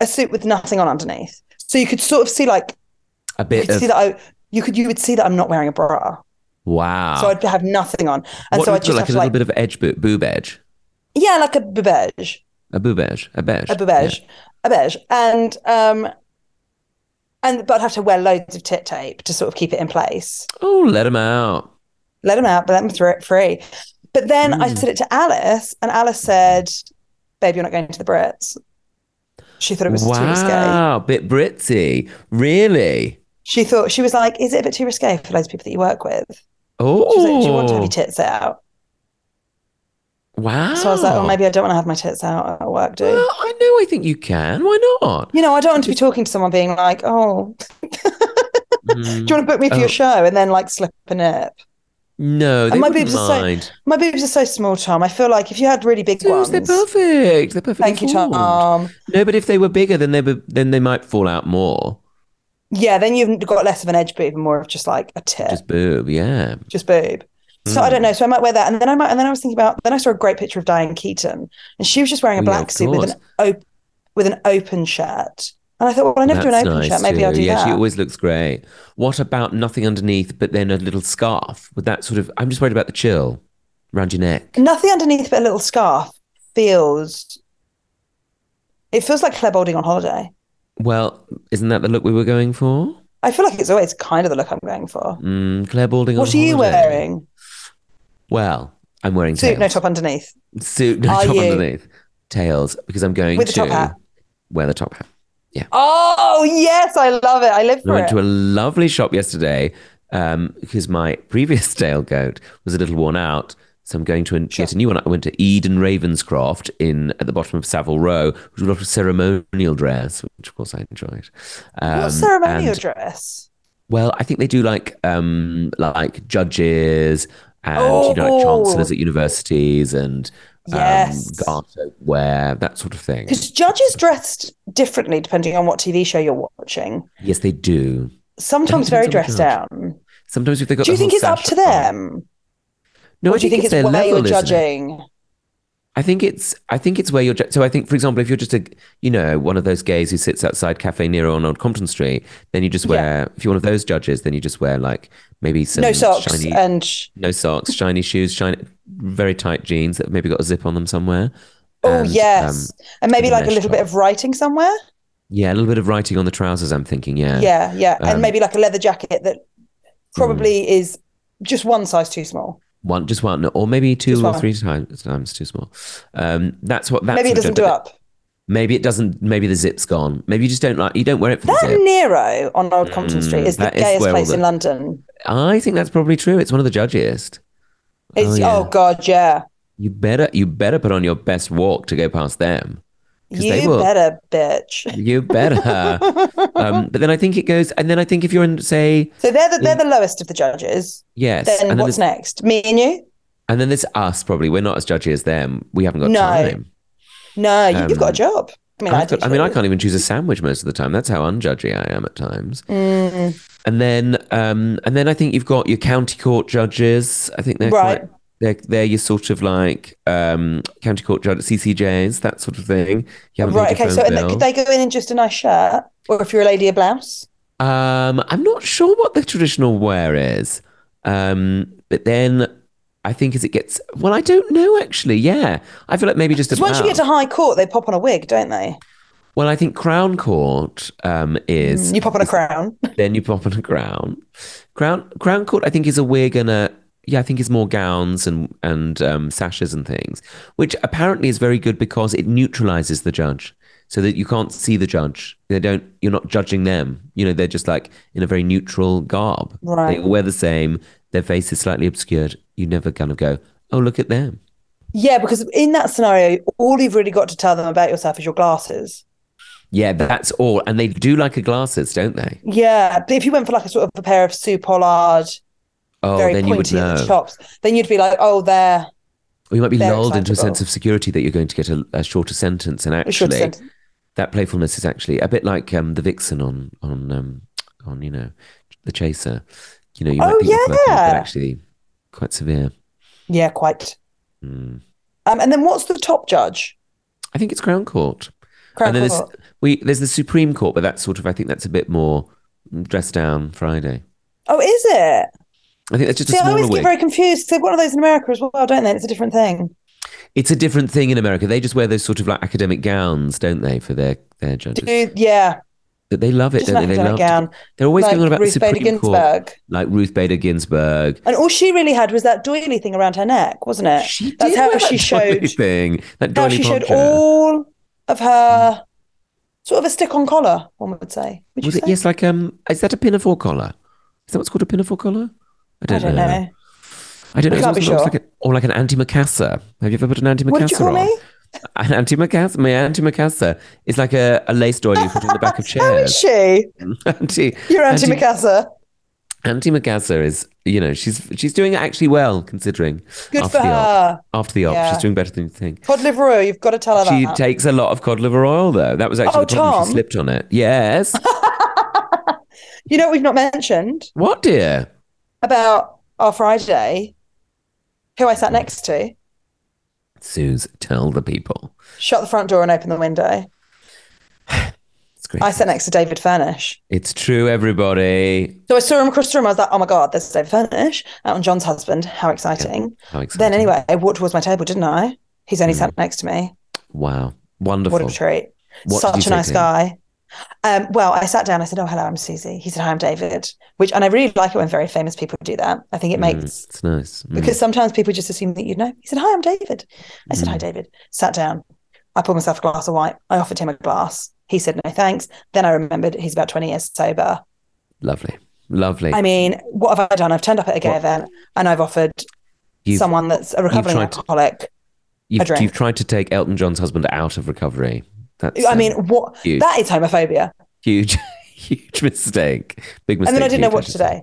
[SPEAKER 1] a suit with nothing on underneath, so you could sort of see like
[SPEAKER 2] A
[SPEAKER 1] you
[SPEAKER 2] bit
[SPEAKER 1] could
[SPEAKER 2] of
[SPEAKER 1] see that I you could you would see that I'm not wearing a bra,
[SPEAKER 2] wow.
[SPEAKER 1] so I'd have nothing on, and
[SPEAKER 2] Ah.
[SPEAKER 1] so
[SPEAKER 2] what do
[SPEAKER 1] I
[SPEAKER 2] you
[SPEAKER 1] just have
[SPEAKER 2] call, like a
[SPEAKER 1] to
[SPEAKER 2] little
[SPEAKER 1] like
[SPEAKER 2] bit of edge boob, boob edge,
[SPEAKER 1] yeah, like a beige,
[SPEAKER 2] a boob edge, a beige,
[SPEAKER 1] a beige, a beige, and um, and but I'd have to wear loads of tit tape to sort of keep it in place.
[SPEAKER 2] Yeah. Oh, let them out.
[SPEAKER 1] let them out, but let them throw it free. But then I
[SPEAKER 2] Hmm.
[SPEAKER 1] said it to Alice, and Alice said, Babe, you're not going to the Brits. She thought it was too risque.
[SPEAKER 2] wow, bit Britsy, really?
[SPEAKER 1] She thought, she was like, Is it a bit too risque for loads of people that you work with?
[SPEAKER 2] Oh,
[SPEAKER 1] She was like, Do you want to have your tits out?
[SPEAKER 2] wow.
[SPEAKER 1] So I was like, Oh, maybe I don't want to have my tits out at work, do
[SPEAKER 2] Well, I know. I think you can. Why not?
[SPEAKER 1] you know, I don't want to be talking to someone being like, oh, Do you want to book me for
[SPEAKER 2] Oh.
[SPEAKER 1] your show and then like slip a nip?
[SPEAKER 2] No, they
[SPEAKER 1] my
[SPEAKER 2] wouldn't
[SPEAKER 1] boobs are so-
[SPEAKER 2] mind.
[SPEAKER 1] My boobs are so small, Tom. I feel like if you had really big
[SPEAKER 2] Boobs,
[SPEAKER 1] ones,
[SPEAKER 2] they're perfect. They're perfect.
[SPEAKER 1] thank you, um, Tom.
[SPEAKER 2] No, but if they were bigger, then they were, then they might fall out more.
[SPEAKER 1] Yeah, then you've got less of an edge boob and more of just like a tip, just,
[SPEAKER 2] Just Hmm. boob, yeah.
[SPEAKER 1] boob. So I don't know. So I might wear that, and then I might, and then I was thinking about. Then I saw a great picture of Diane Keaton, and she was just wearing a
[SPEAKER 2] Oh, Yeah,
[SPEAKER 1] black
[SPEAKER 2] of
[SPEAKER 1] suit with an op- with an open shirt. And I thought, well, I never do
[SPEAKER 2] That's
[SPEAKER 1] an open
[SPEAKER 2] nice
[SPEAKER 1] shirt. Maybe I'll
[SPEAKER 2] too.
[SPEAKER 1] do
[SPEAKER 2] yeah,
[SPEAKER 1] that.
[SPEAKER 2] she always looks great. What about nothing underneath, but then a little scarf with that sort of? I'm just worried about the chill around your neck.
[SPEAKER 1] Nothing underneath, but a little scarf feels. It feels like Claire Balding on holiday.
[SPEAKER 2] Well, isn't that the look we were going for?
[SPEAKER 1] I feel like it's always kind of the look I'm going for.
[SPEAKER 2] Mm, Claire Balding.
[SPEAKER 1] What
[SPEAKER 2] on
[SPEAKER 1] are you
[SPEAKER 2] holiday.
[SPEAKER 1] wearing?
[SPEAKER 2] Well, I'm wearing
[SPEAKER 1] Suit, no
[SPEAKER 2] tails.
[SPEAKER 1] top underneath.
[SPEAKER 2] Suit, no
[SPEAKER 1] Are
[SPEAKER 2] top
[SPEAKER 1] you?
[SPEAKER 2] underneath. Tails, because I'm going
[SPEAKER 1] With the
[SPEAKER 2] to
[SPEAKER 1] top hat.
[SPEAKER 2] wear the top hat.
[SPEAKER 1] Oh yes, I love it. I live
[SPEAKER 2] I
[SPEAKER 1] for
[SPEAKER 2] went
[SPEAKER 1] it.
[SPEAKER 2] to a lovely shop yesterday um, because my previous tail coat was a little worn out. So I'm going to an- get a new one. I went to Eden Ravenscroft in at the bottom of Savile Row, which was a lot of ceremonial dress, which of course I enjoyed. Um,
[SPEAKER 1] what ceremonial
[SPEAKER 2] and-
[SPEAKER 1] dress?
[SPEAKER 2] Well, I think they do like um, like judges and you know, like chancellors
[SPEAKER 1] Oh.
[SPEAKER 2] at universities and um,
[SPEAKER 1] Yes.
[SPEAKER 2] garter wear that sort of thing.
[SPEAKER 1] Because judges dressed differently depending on what TV show you're watching.
[SPEAKER 2] Yes, they do.
[SPEAKER 1] Sometimes
[SPEAKER 2] depends
[SPEAKER 1] very
[SPEAKER 2] on the
[SPEAKER 1] dressed
[SPEAKER 2] judge.
[SPEAKER 1] down.
[SPEAKER 2] Sometimes oh, if they got,
[SPEAKER 1] Do you
[SPEAKER 2] the whole
[SPEAKER 1] think it's up
[SPEAKER 2] sash
[SPEAKER 1] to
[SPEAKER 2] on-
[SPEAKER 1] them?
[SPEAKER 2] No,
[SPEAKER 1] or
[SPEAKER 2] I
[SPEAKER 1] do you
[SPEAKER 2] think
[SPEAKER 1] think
[SPEAKER 2] it's
[SPEAKER 1] it's
[SPEAKER 2] their
[SPEAKER 1] where
[SPEAKER 2] level,
[SPEAKER 1] you're
[SPEAKER 2] isn't it?
[SPEAKER 1] judging?
[SPEAKER 2] I think it's I think it's where you're. ju- So I think, for example, if you're just a you know one of those gays who sits outside Cafe Nero on Old Compton Street, then you just
[SPEAKER 1] Yeah.
[SPEAKER 2] wear. If you're one of those judges, then you just wear like maybe some
[SPEAKER 1] no socks
[SPEAKER 2] shiny,
[SPEAKER 1] and
[SPEAKER 2] no socks, shiny shoes, shiny, very tight jeans that have maybe got a zip on them somewhere.
[SPEAKER 1] oh
[SPEAKER 2] and,
[SPEAKER 1] yes,
[SPEAKER 2] um,
[SPEAKER 1] and maybe
[SPEAKER 2] and a
[SPEAKER 1] like a
[SPEAKER 2] mesh
[SPEAKER 1] little bit
[SPEAKER 2] top.
[SPEAKER 1] of writing somewhere.
[SPEAKER 2] yeah, a little bit of writing on the trousers. I'm thinking, yeah,
[SPEAKER 1] Yeah, yeah,
[SPEAKER 2] Um, Hmm.
[SPEAKER 1] and maybe like a leather jacket that probably is just one size too small.
[SPEAKER 2] one just one, or maybe two
[SPEAKER 1] Just
[SPEAKER 2] or
[SPEAKER 1] one.
[SPEAKER 2] three times times too small. Um, that's what that's
[SPEAKER 1] maybe it
[SPEAKER 2] what
[SPEAKER 1] doesn't
[SPEAKER 2] I've
[SPEAKER 1] do
[SPEAKER 2] done.
[SPEAKER 1] up.
[SPEAKER 2] Maybe it doesn't. Maybe the zip's gone. Maybe you just don't like you don't wear it for the
[SPEAKER 1] That
[SPEAKER 2] zip.
[SPEAKER 1] Nero on Old Compton Street is the
[SPEAKER 2] that is
[SPEAKER 1] gayest
[SPEAKER 2] where all
[SPEAKER 1] place
[SPEAKER 2] the-
[SPEAKER 1] in London.
[SPEAKER 2] I think that's probably true. It's one of the judgiest.
[SPEAKER 1] It's
[SPEAKER 2] yeah.
[SPEAKER 1] oh god, yeah.
[SPEAKER 2] You better you better put on your best walk to go past them. 'Cause
[SPEAKER 1] You
[SPEAKER 2] they will.
[SPEAKER 1] better, bitch.
[SPEAKER 2] You better. um, but then I think it goes, and then I think if you're in, say,
[SPEAKER 1] So they're the, they're the lowest of the judges.
[SPEAKER 2] yes,
[SPEAKER 1] Then
[SPEAKER 2] and, then
[SPEAKER 1] what's
[SPEAKER 2] there's,
[SPEAKER 1] next? Me and you?
[SPEAKER 2] and then there's us probably. We're not as judgy as them. We haven't got
[SPEAKER 1] No.
[SPEAKER 2] time.
[SPEAKER 1] No, you, you've got
[SPEAKER 2] Um,
[SPEAKER 1] a job. I mean, I,
[SPEAKER 2] I've got- I mean, I can't even choose a sandwich most of the time. That's how unjudgy I am at times.
[SPEAKER 1] Mm.
[SPEAKER 2] And then, um, and then I think you've got your county court judges. I think they're
[SPEAKER 1] Right.
[SPEAKER 2] quite- they're they're your sort of like um, county court judges, CCJs, that sort of thing. You haven't
[SPEAKER 1] Right.
[SPEAKER 2] paid your
[SPEAKER 1] Okay. So
[SPEAKER 2] phone
[SPEAKER 1] and they-
[SPEAKER 2] bill.
[SPEAKER 1] could they go in in just a nice shirt, or if you're a lady, a blouse.
[SPEAKER 2] Um, I'm not sure what the traditional wear is. Um, but then I think as it gets, well, I don't know actually. Yeah, I feel like maybe just a
[SPEAKER 1] Because once you get to
[SPEAKER 2] blouse.
[SPEAKER 1] high court, they pop on a wig, don't they?
[SPEAKER 2] Well, I think crown court um is
[SPEAKER 1] You pop on a crown.
[SPEAKER 2] then you pop on a crown. Crown crown court, I think, is a wig and a yeah, I think is more gowns and and um, sashes and things, which apparently is very good because it neutralizes the judge, so that you can't see the judge. They don't. You're not judging them. You know, they're just like in a very neutral garb. They
[SPEAKER 1] Right.
[SPEAKER 2] all wear the same. Their face is slightly obscured. You never kind of go, oh look at them.
[SPEAKER 1] Yeah, because in that scenario, all you've really got to tell them about yourself is your glasses.
[SPEAKER 2] Yeah, that's all. And they do like a glasses, don't they?
[SPEAKER 1] Yeah, but if you went for like a sort of a pair of Sue Pollard,
[SPEAKER 2] Oh,
[SPEAKER 1] very
[SPEAKER 2] then you would
[SPEAKER 1] pointy at
[SPEAKER 2] know.
[SPEAKER 1] the tops, then you'd be like, oh, they're
[SPEAKER 2] Or you might be
[SPEAKER 1] They're
[SPEAKER 2] lulled into a sense
[SPEAKER 1] excitable.
[SPEAKER 2] of security that you're going to get a, a shorter sentence, and
[SPEAKER 1] a shorter
[SPEAKER 2] actually,
[SPEAKER 1] sentence.
[SPEAKER 2] that playfulness is actually a bit like um, the vixen on on um, on you know the chaser. You know, you might
[SPEAKER 1] Oh,
[SPEAKER 2] think it's lovely, but
[SPEAKER 1] yeah.
[SPEAKER 2] actually quite severe.
[SPEAKER 1] Yeah, quite.
[SPEAKER 2] Mm.
[SPEAKER 1] Um, and then what's the top judge?
[SPEAKER 2] I think it's Crown Court,
[SPEAKER 1] Crown
[SPEAKER 2] and then
[SPEAKER 1] Court.
[SPEAKER 2] there's we there's the Supreme Court, but that's sort of I think that's a bit more dressed down Friday.
[SPEAKER 1] Oh, is it?
[SPEAKER 2] I think that's just
[SPEAKER 1] See,
[SPEAKER 2] a
[SPEAKER 1] I always
[SPEAKER 2] smaller
[SPEAKER 1] get
[SPEAKER 2] wig.
[SPEAKER 1] very confused because they've got one of those in America as well, don't they? It's a different thing.
[SPEAKER 2] It's a different thing in America. They just wear those sort of like academic gowns, don't they, for their their judges?
[SPEAKER 1] Dude, yeah,
[SPEAKER 2] But they love it,
[SPEAKER 1] just an
[SPEAKER 2] don't they? They
[SPEAKER 1] academic
[SPEAKER 2] love.
[SPEAKER 1] gown.
[SPEAKER 2] They're always
[SPEAKER 1] Like
[SPEAKER 2] going on about
[SPEAKER 1] Ruth
[SPEAKER 2] the
[SPEAKER 1] Bader
[SPEAKER 2] Supreme Court,
[SPEAKER 1] Ginsburg.
[SPEAKER 2] like Ruth Bader Ginsburg.
[SPEAKER 1] And all she really had was that doily thing around her neck, wasn't it?
[SPEAKER 2] She did
[SPEAKER 1] That's how
[SPEAKER 2] wear
[SPEAKER 1] she
[SPEAKER 2] that doily
[SPEAKER 1] showed.
[SPEAKER 2] thing. That
[SPEAKER 1] How
[SPEAKER 2] doily
[SPEAKER 1] she showed
[SPEAKER 2] poncho.
[SPEAKER 1] all of her sort of a stick-on collar, one would say. Would you
[SPEAKER 2] Was it
[SPEAKER 1] say?
[SPEAKER 2] yes? Like um, is that a pinafore collar? Is that what's called a pinafore collar? I
[SPEAKER 1] I
[SPEAKER 2] don't,
[SPEAKER 1] don't
[SPEAKER 2] know.
[SPEAKER 1] know.
[SPEAKER 2] I don't know.
[SPEAKER 1] I
[SPEAKER 2] It's
[SPEAKER 1] can't be
[SPEAKER 2] also- it looks
[SPEAKER 1] sure.
[SPEAKER 2] Like a, or like an antimacassar. Have you ever put an antimacassar
[SPEAKER 1] What did you call
[SPEAKER 2] on?
[SPEAKER 1] me?
[SPEAKER 2] An antimacassar. My antimacassar is like a, a lace doily you put on the back of
[SPEAKER 1] How
[SPEAKER 2] chairs.
[SPEAKER 1] is she?
[SPEAKER 2] Anti,
[SPEAKER 1] You're
[SPEAKER 2] anti-
[SPEAKER 1] anti-Macassar.
[SPEAKER 2] Andy Magazza is, you know, she's she's doing actually well considering.
[SPEAKER 1] Good
[SPEAKER 2] after
[SPEAKER 1] for
[SPEAKER 2] the
[SPEAKER 1] her.
[SPEAKER 2] Op, after the op,
[SPEAKER 1] Yeah.
[SPEAKER 2] she's doing better than you think.
[SPEAKER 1] Cod liver oil, you've got to tell her
[SPEAKER 2] She
[SPEAKER 1] that.
[SPEAKER 2] takes a lot of cod liver oil though. That was actually
[SPEAKER 1] Oh,
[SPEAKER 2] the problem. She
[SPEAKER 1] Tom.
[SPEAKER 2] slipped on it. Yes.
[SPEAKER 1] you know what we've not mentioned
[SPEAKER 2] what dear?
[SPEAKER 1] about our Friday? Who I sat next to?
[SPEAKER 2] Suze, tell the people.
[SPEAKER 1] Shut the front door and open the window.
[SPEAKER 2] It's great.
[SPEAKER 1] I sat next to David Furnish.
[SPEAKER 2] it's true, everybody.
[SPEAKER 1] So I saw him across the room. I was like, oh my God, there's David Furnish, Elton John's husband. How exciting.
[SPEAKER 2] How exciting. Hmm.
[SPEAKER 1] Then, anyway, I walked towards my table, didn't I? He's only sat next to me.
[SPEAKER 2] Wow. Wonderful.
[SPEAKER 1] What a treat.
[SPEAKER 2] What did you
[SPEAKER 1] Such
[SPEAKER 2] say
[SPEAKER 1] a nice
[SPEAKER 2] to him?
[SPEAKER 1] guy. Um, well, I sat down. I said, oh, hello, I'm Susie. He said, hi, I'm David, which, and I really like it when very famous people do that. I think it
[SPEAKER 2] Mm,
[SPEAKER 1] makes
[SPEAKER 2] it's nice. Mm.
[SPEAKER 1] because sometimes people just assume that you know. He said, Hi, I'm David. I said,
[SPEAKER 2] Hmm.
[SPEAKER 1] Hi, David. Sat down. I poured myself a glass of wine. I offered him a glass. He said, No, thanks. Then I remembered he's about 20 years sober.
[SPEAKER 2] lovely. Lovely.
[SPEAKER 1] I mean, what have I done? I've turned up at a gay
[SPEAKER 2] What-
[SPEAKER 1] event and I've offered
[SPEAKER 2] You've-
[SPEAKER 1] someone that's a recovering
[SPEAKER 2] tried to-
[SPEAKER 1] alcoholic.
[SPEAKER 2] you've,
[SPEAKER 1] drink.
[SPEAKER 2] you've tried to take Elton John's husband out of recovery. That's
[SPEAKER 1] I
[SPEAKER 2] um,
[SPEAKER 1] mean, what?
[SPEAKER 2] huge.
[SPEAKER 1] That is homophobia.
[SPEAKER 2] huge, huge mistake. Big mistake.
[SPEAKER 1] and then I didn't know
[SPEAKER 2] huge,
[SPEAKER 1] what to
[SPEAKER 2] should
[SPEAKER 1] do.
[SPEAKER 2] say.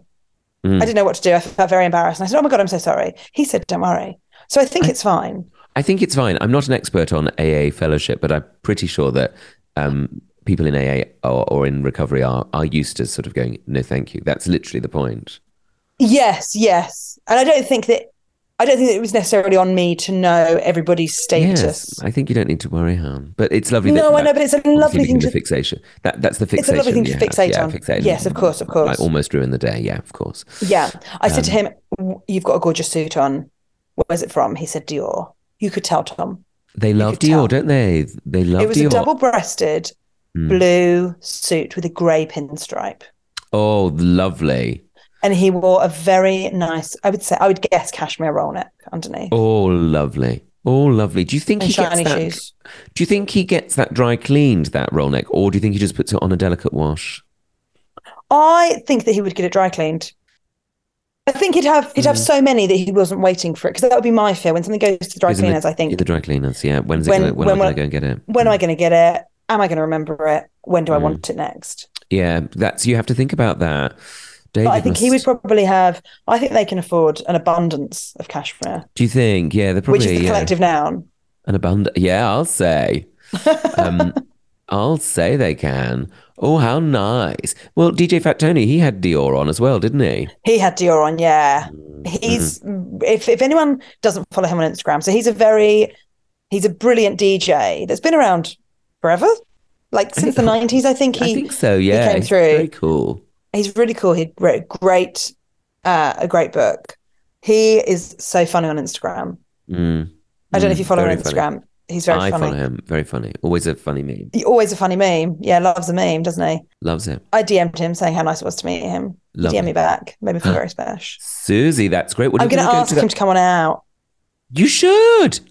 [SPEAKER 2] Mm.
[SPEAKER 1] I didn't know what to do. I felt very embarrassed. And I said, Oh my God, I'm so sorry. He said, Don't worry. So I think it's fine.
[SPEAKER 2] I think it's fine. I'm not an expert on AA fellowship, but I'm pretty sure that um, people in AA or, or in recovery are are used to sort of going, no, thank you. That's literally the point.
[SPEAKER 1] Yes, yes. And I don't think that I don't think that it was necessarily on me to know everybody's status.
[SPEAKER 2] Yes, I think you don't need to worry, Han. But it's lovely.
[SPEAKER 1] No,
[SPEAKER 2] that,
[SPEAKER 1] I know, but it's a
[SPEAKER 2] obviously
[SPEAKER 1] lovely
[SPEAKER 2] because
[SPEAKER 1] thing
[SPEAKER 2] of
[SPEAKER 1] to-
[SPEAKER 2] the fixation. That that's the
[SPEAKER 1] It's a
[SPEAKER 2] fixation.
[SPEAKER 1] lovely thing to
[SPEAKER 2] you have.
[SPEAKER 1] fixate
[SPEAKER 2] yeah,
[SPEAKER 1] on.
[SPEAKER 2] fixated.
[SPEAKER 1] Yes, of course, of
[SPEAKER 2] I
[SPEAKER 1] course.
[SPEAKER 2] almost ruined the day. Yeah, of course.
[SPEAKER 1] Yeah. I said to
[SPEAKER 2] Um.
[SPEAKER 1] him, "W- You've got a gorgeous suit on. Where's it from? He said, Dior. You could tell, Tom.
[SPEAKER 2] They love
[SPEAKER 1] could tell.
[SPEAKER 2] Dior, don't they? They love
[SPEAKER 1] it was
[SPEAKER 2] Dior.
[SPEAKER 1] a double breasted
[SPEAKER 2] Mm.
[SPEAKER 1] blue suit with a grey pinstripe.
[SPEAKER 2] Oh, lovely.
[SPEAKER 1] And he wore a very nice, I would say, I would guess cashmere roll neck underneath.
[SPEAKER 2] Oh, lovely. Oh, lovely. Do you think
[SPEAKER 1] and
[SPEAKER 2] he gets
[SPEAKER 1] shiny
[SPEAKER 2] that?
[SPEAKER 1] shoes.
[SPEAKER 2] Do you think he gets that dry cleaned, that roll neck, or do you think he just puts it on a delicate wash?
[SPEAKER 1] I think that he would get it dry cleaned. I think he'd have he'd have
[SPEAKER 2] Hmm.
[SPEAKER 1] so many that he wasn't waiting for it because that would be my fear when something goes to the dry
[SPEAKER 2] Goes in the-
[SPEAKER 1] cleaners. I think
[SPEAKER 2] Yeah, the dry cleaners. Yeah. When's it
[SPEAKER 1] When-
[SPEAKER 2] gonna, when,
[SPEAKER 1] when
[SPEAKER 2] am I
[SPEAKER 1] will-
[SPEAKER 2] going to go and get it? Hmm.
[SPEAKER 1] when am I going to get it? Am I going to remember it? When do I want it next?
[SPEAKER 2] Yeah, that's you have to think about that. David
[SPEAKER 1] But I think he would
[SPEAKER 2] must-
[SPEAKER 1] probably have. I think they can afford an abundance of cashmere,
[SPEAKER 2] Do you think? Yeah, they're probably
[SPEAKER 1] which is the
[SPEAKER 2] yeah,
[SPEAKER 1] collective noun.
[SPEAKER 2] an abundant. Yeah, I'll say. Um, I'll say they can. Oh, how nice. Well, DJ Fat Tony, he had Dior on as well, didn't he?
[SPEAKER 1] He had Dior on, yeah.
[SPEAKER 2] Mm-hmm.
[SPEAKER 1] He's if if anyone doesn't follow him on Instagram, so he's a very he's a brilliant DJ that's been around forever, like since the
[SPEAKER 2] think-
[SPEAKER 1] nineties. I think he
[SPEAKER 2] I think so. Yeah,
[SPEAKER 1] came
[SPEAKER 2] He's
[SPEAKER 1] through.
[SPEAKER 2] Very cool.
[SPEAKER 1] he's really cool. He wrote a great uh, a great book. He is so funny on Instagram.
[SPEAKER 2] Mm,
[SPEAKER 1] I don't know
[SPEAKER 2] mm,
[SPEAKER 1] if you follow him
[SPEAKER 2] very
[SPEAKER 1] on
[SPEAKER 2] funny.
[SPEAKER 1] Instagram. He's very
[SPEAKER 2] I
[SPEAKER 1] funny.
[SPEAKER 2] follow him. Very funny. Always a funny meme.
[SPEAKER 1] He always a funny meme. Yeah, loves a meme, doesn't he?
[SPEAKER 2] Loves it.
[SPEAKER 1] I DM'd him saying how nice it was to meet him. He
[SPEAKER 2] Lovely.
[SPEAKER 1] DM'd me back. Made me feel very special.
[SPEAKER 2] Susie, that's great. Well,
[SPEAKER 1] I'm
[SPEAKER 2] you're
[SPEAKER 1] going to
[SPEAKER 2] go
[SPEAKER 1] ask
[SPEAKER 2] that-
[SPEAKER 1] him to come on out.
[SPEAKER 2] You should.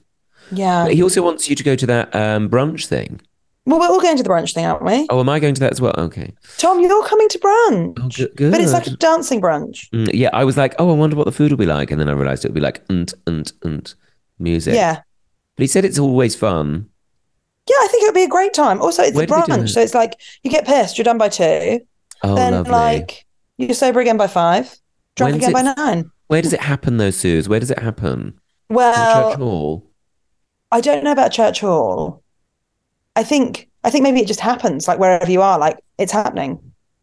[SPEAKER 1] Yeah.
[SPEAKER 2] Uh, He also wants you to go to that um, brunch thing.
[SPEAKER 1] Well, we're all going to the brunch thing, aren't we?
[SPEAKER 2] Oh, am I going to that as well? Okay.
[SPEAKER 1] Tom, you're coming to brunch.
[SPEAKER 2] Oh, good.
[SPEAKER 1] But it's like a
[SPEAKER 2] good.
[SPEAKER 1] dancing brunch.
[SPEAKER 2] Mm, yeah, I was like, oh, I wonder what the food will be like, and then I realized it would be like and and and music.
[SPEAKER 1] Yeah.
[SPEAKER 2] but he said it's always fun.
[SPEAKER 1] Yeah, I think it would be a great time. Also, it's
[SPEAKER 2] Where
[SPEAKER 1] a
[SPEAKER 2] do they do
[SPEAKER 1] brunch.
[SPEAKER 2] that?
[SPEAKER 1] So it's like you get pissed, you're done by two.
[SPEAKER 2] Oh,
[SPEAKER 1] then,
[SPEAKER 2] lovely.
[SPEAKER 1] like, you're sober again by five, drunk
[SPEAKER 2] When's
[SPEAKER 1] again
[SPEAKER 2] it-
[SPEAKER 1] by nine.
[SPEAKER 2] Where does it happen, though, Suze? Where does it happen? In Church
[SPEAKER 1] Well,
[SPEAKER 2] Hall.
[SPEAKER 1] I don't know about church hall. I think I think maybe it just happens, like wherever you are, like it's happening.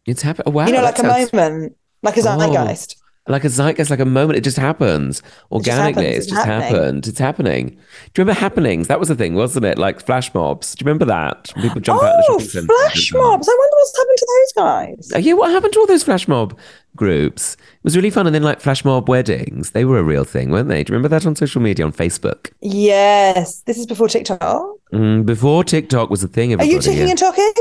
[SPEAKER 2] It's happen. Oh, wow,
[SPEAKER 1] you know, like
[SPEAKER 2] that
[SPEAKER 1] a
[SPEAKER 2] sounds-
[SPEAKER 1] moment, like a
[SPEAKER 2] Oh.
[SPEAKER 1] zeitgeist.
[SPEAKER 2] Like a zeitgeist, like a moment. It just happens
[SPEAKER 1] just
[SPEAKER 2] organically.
[SPEAKER 1] happens.
[SPEAKER 2] It's
[SPEAKER 1] It's
[SPEAKER 2] just
[SPEAKER 1] happening.
[SPEAKER 2] happened. It's happening. Do you remember happenings? That was the thing, wasn't it? Like flash mobs. Do you remember that? When People jump out of the
[SPEAKER 1] Oh,
[SPEAKER 2] shopping centre. and
[SPEAKER 1] flash
[SPEAKER 2] jump.
[SPEAKER 1] mobs! I wonder what's happened to those guys.
[SPEAKER 2] Oh, Yeah, what happened to all those flash mob groups? It was really fun. And then, like, flash mob weddings, they were a real thing, weren't they? Do you remember that on social media, on Facebook?
[SPEAKER 1] Yes, this is before TikTok. Are
[SPEAKER 2] Mm, before TikTok was a thing, everybody.
[SPEAKER 1] you ticking
[SPEAKER 2] yeah.
[SPEAKER 1] and talking?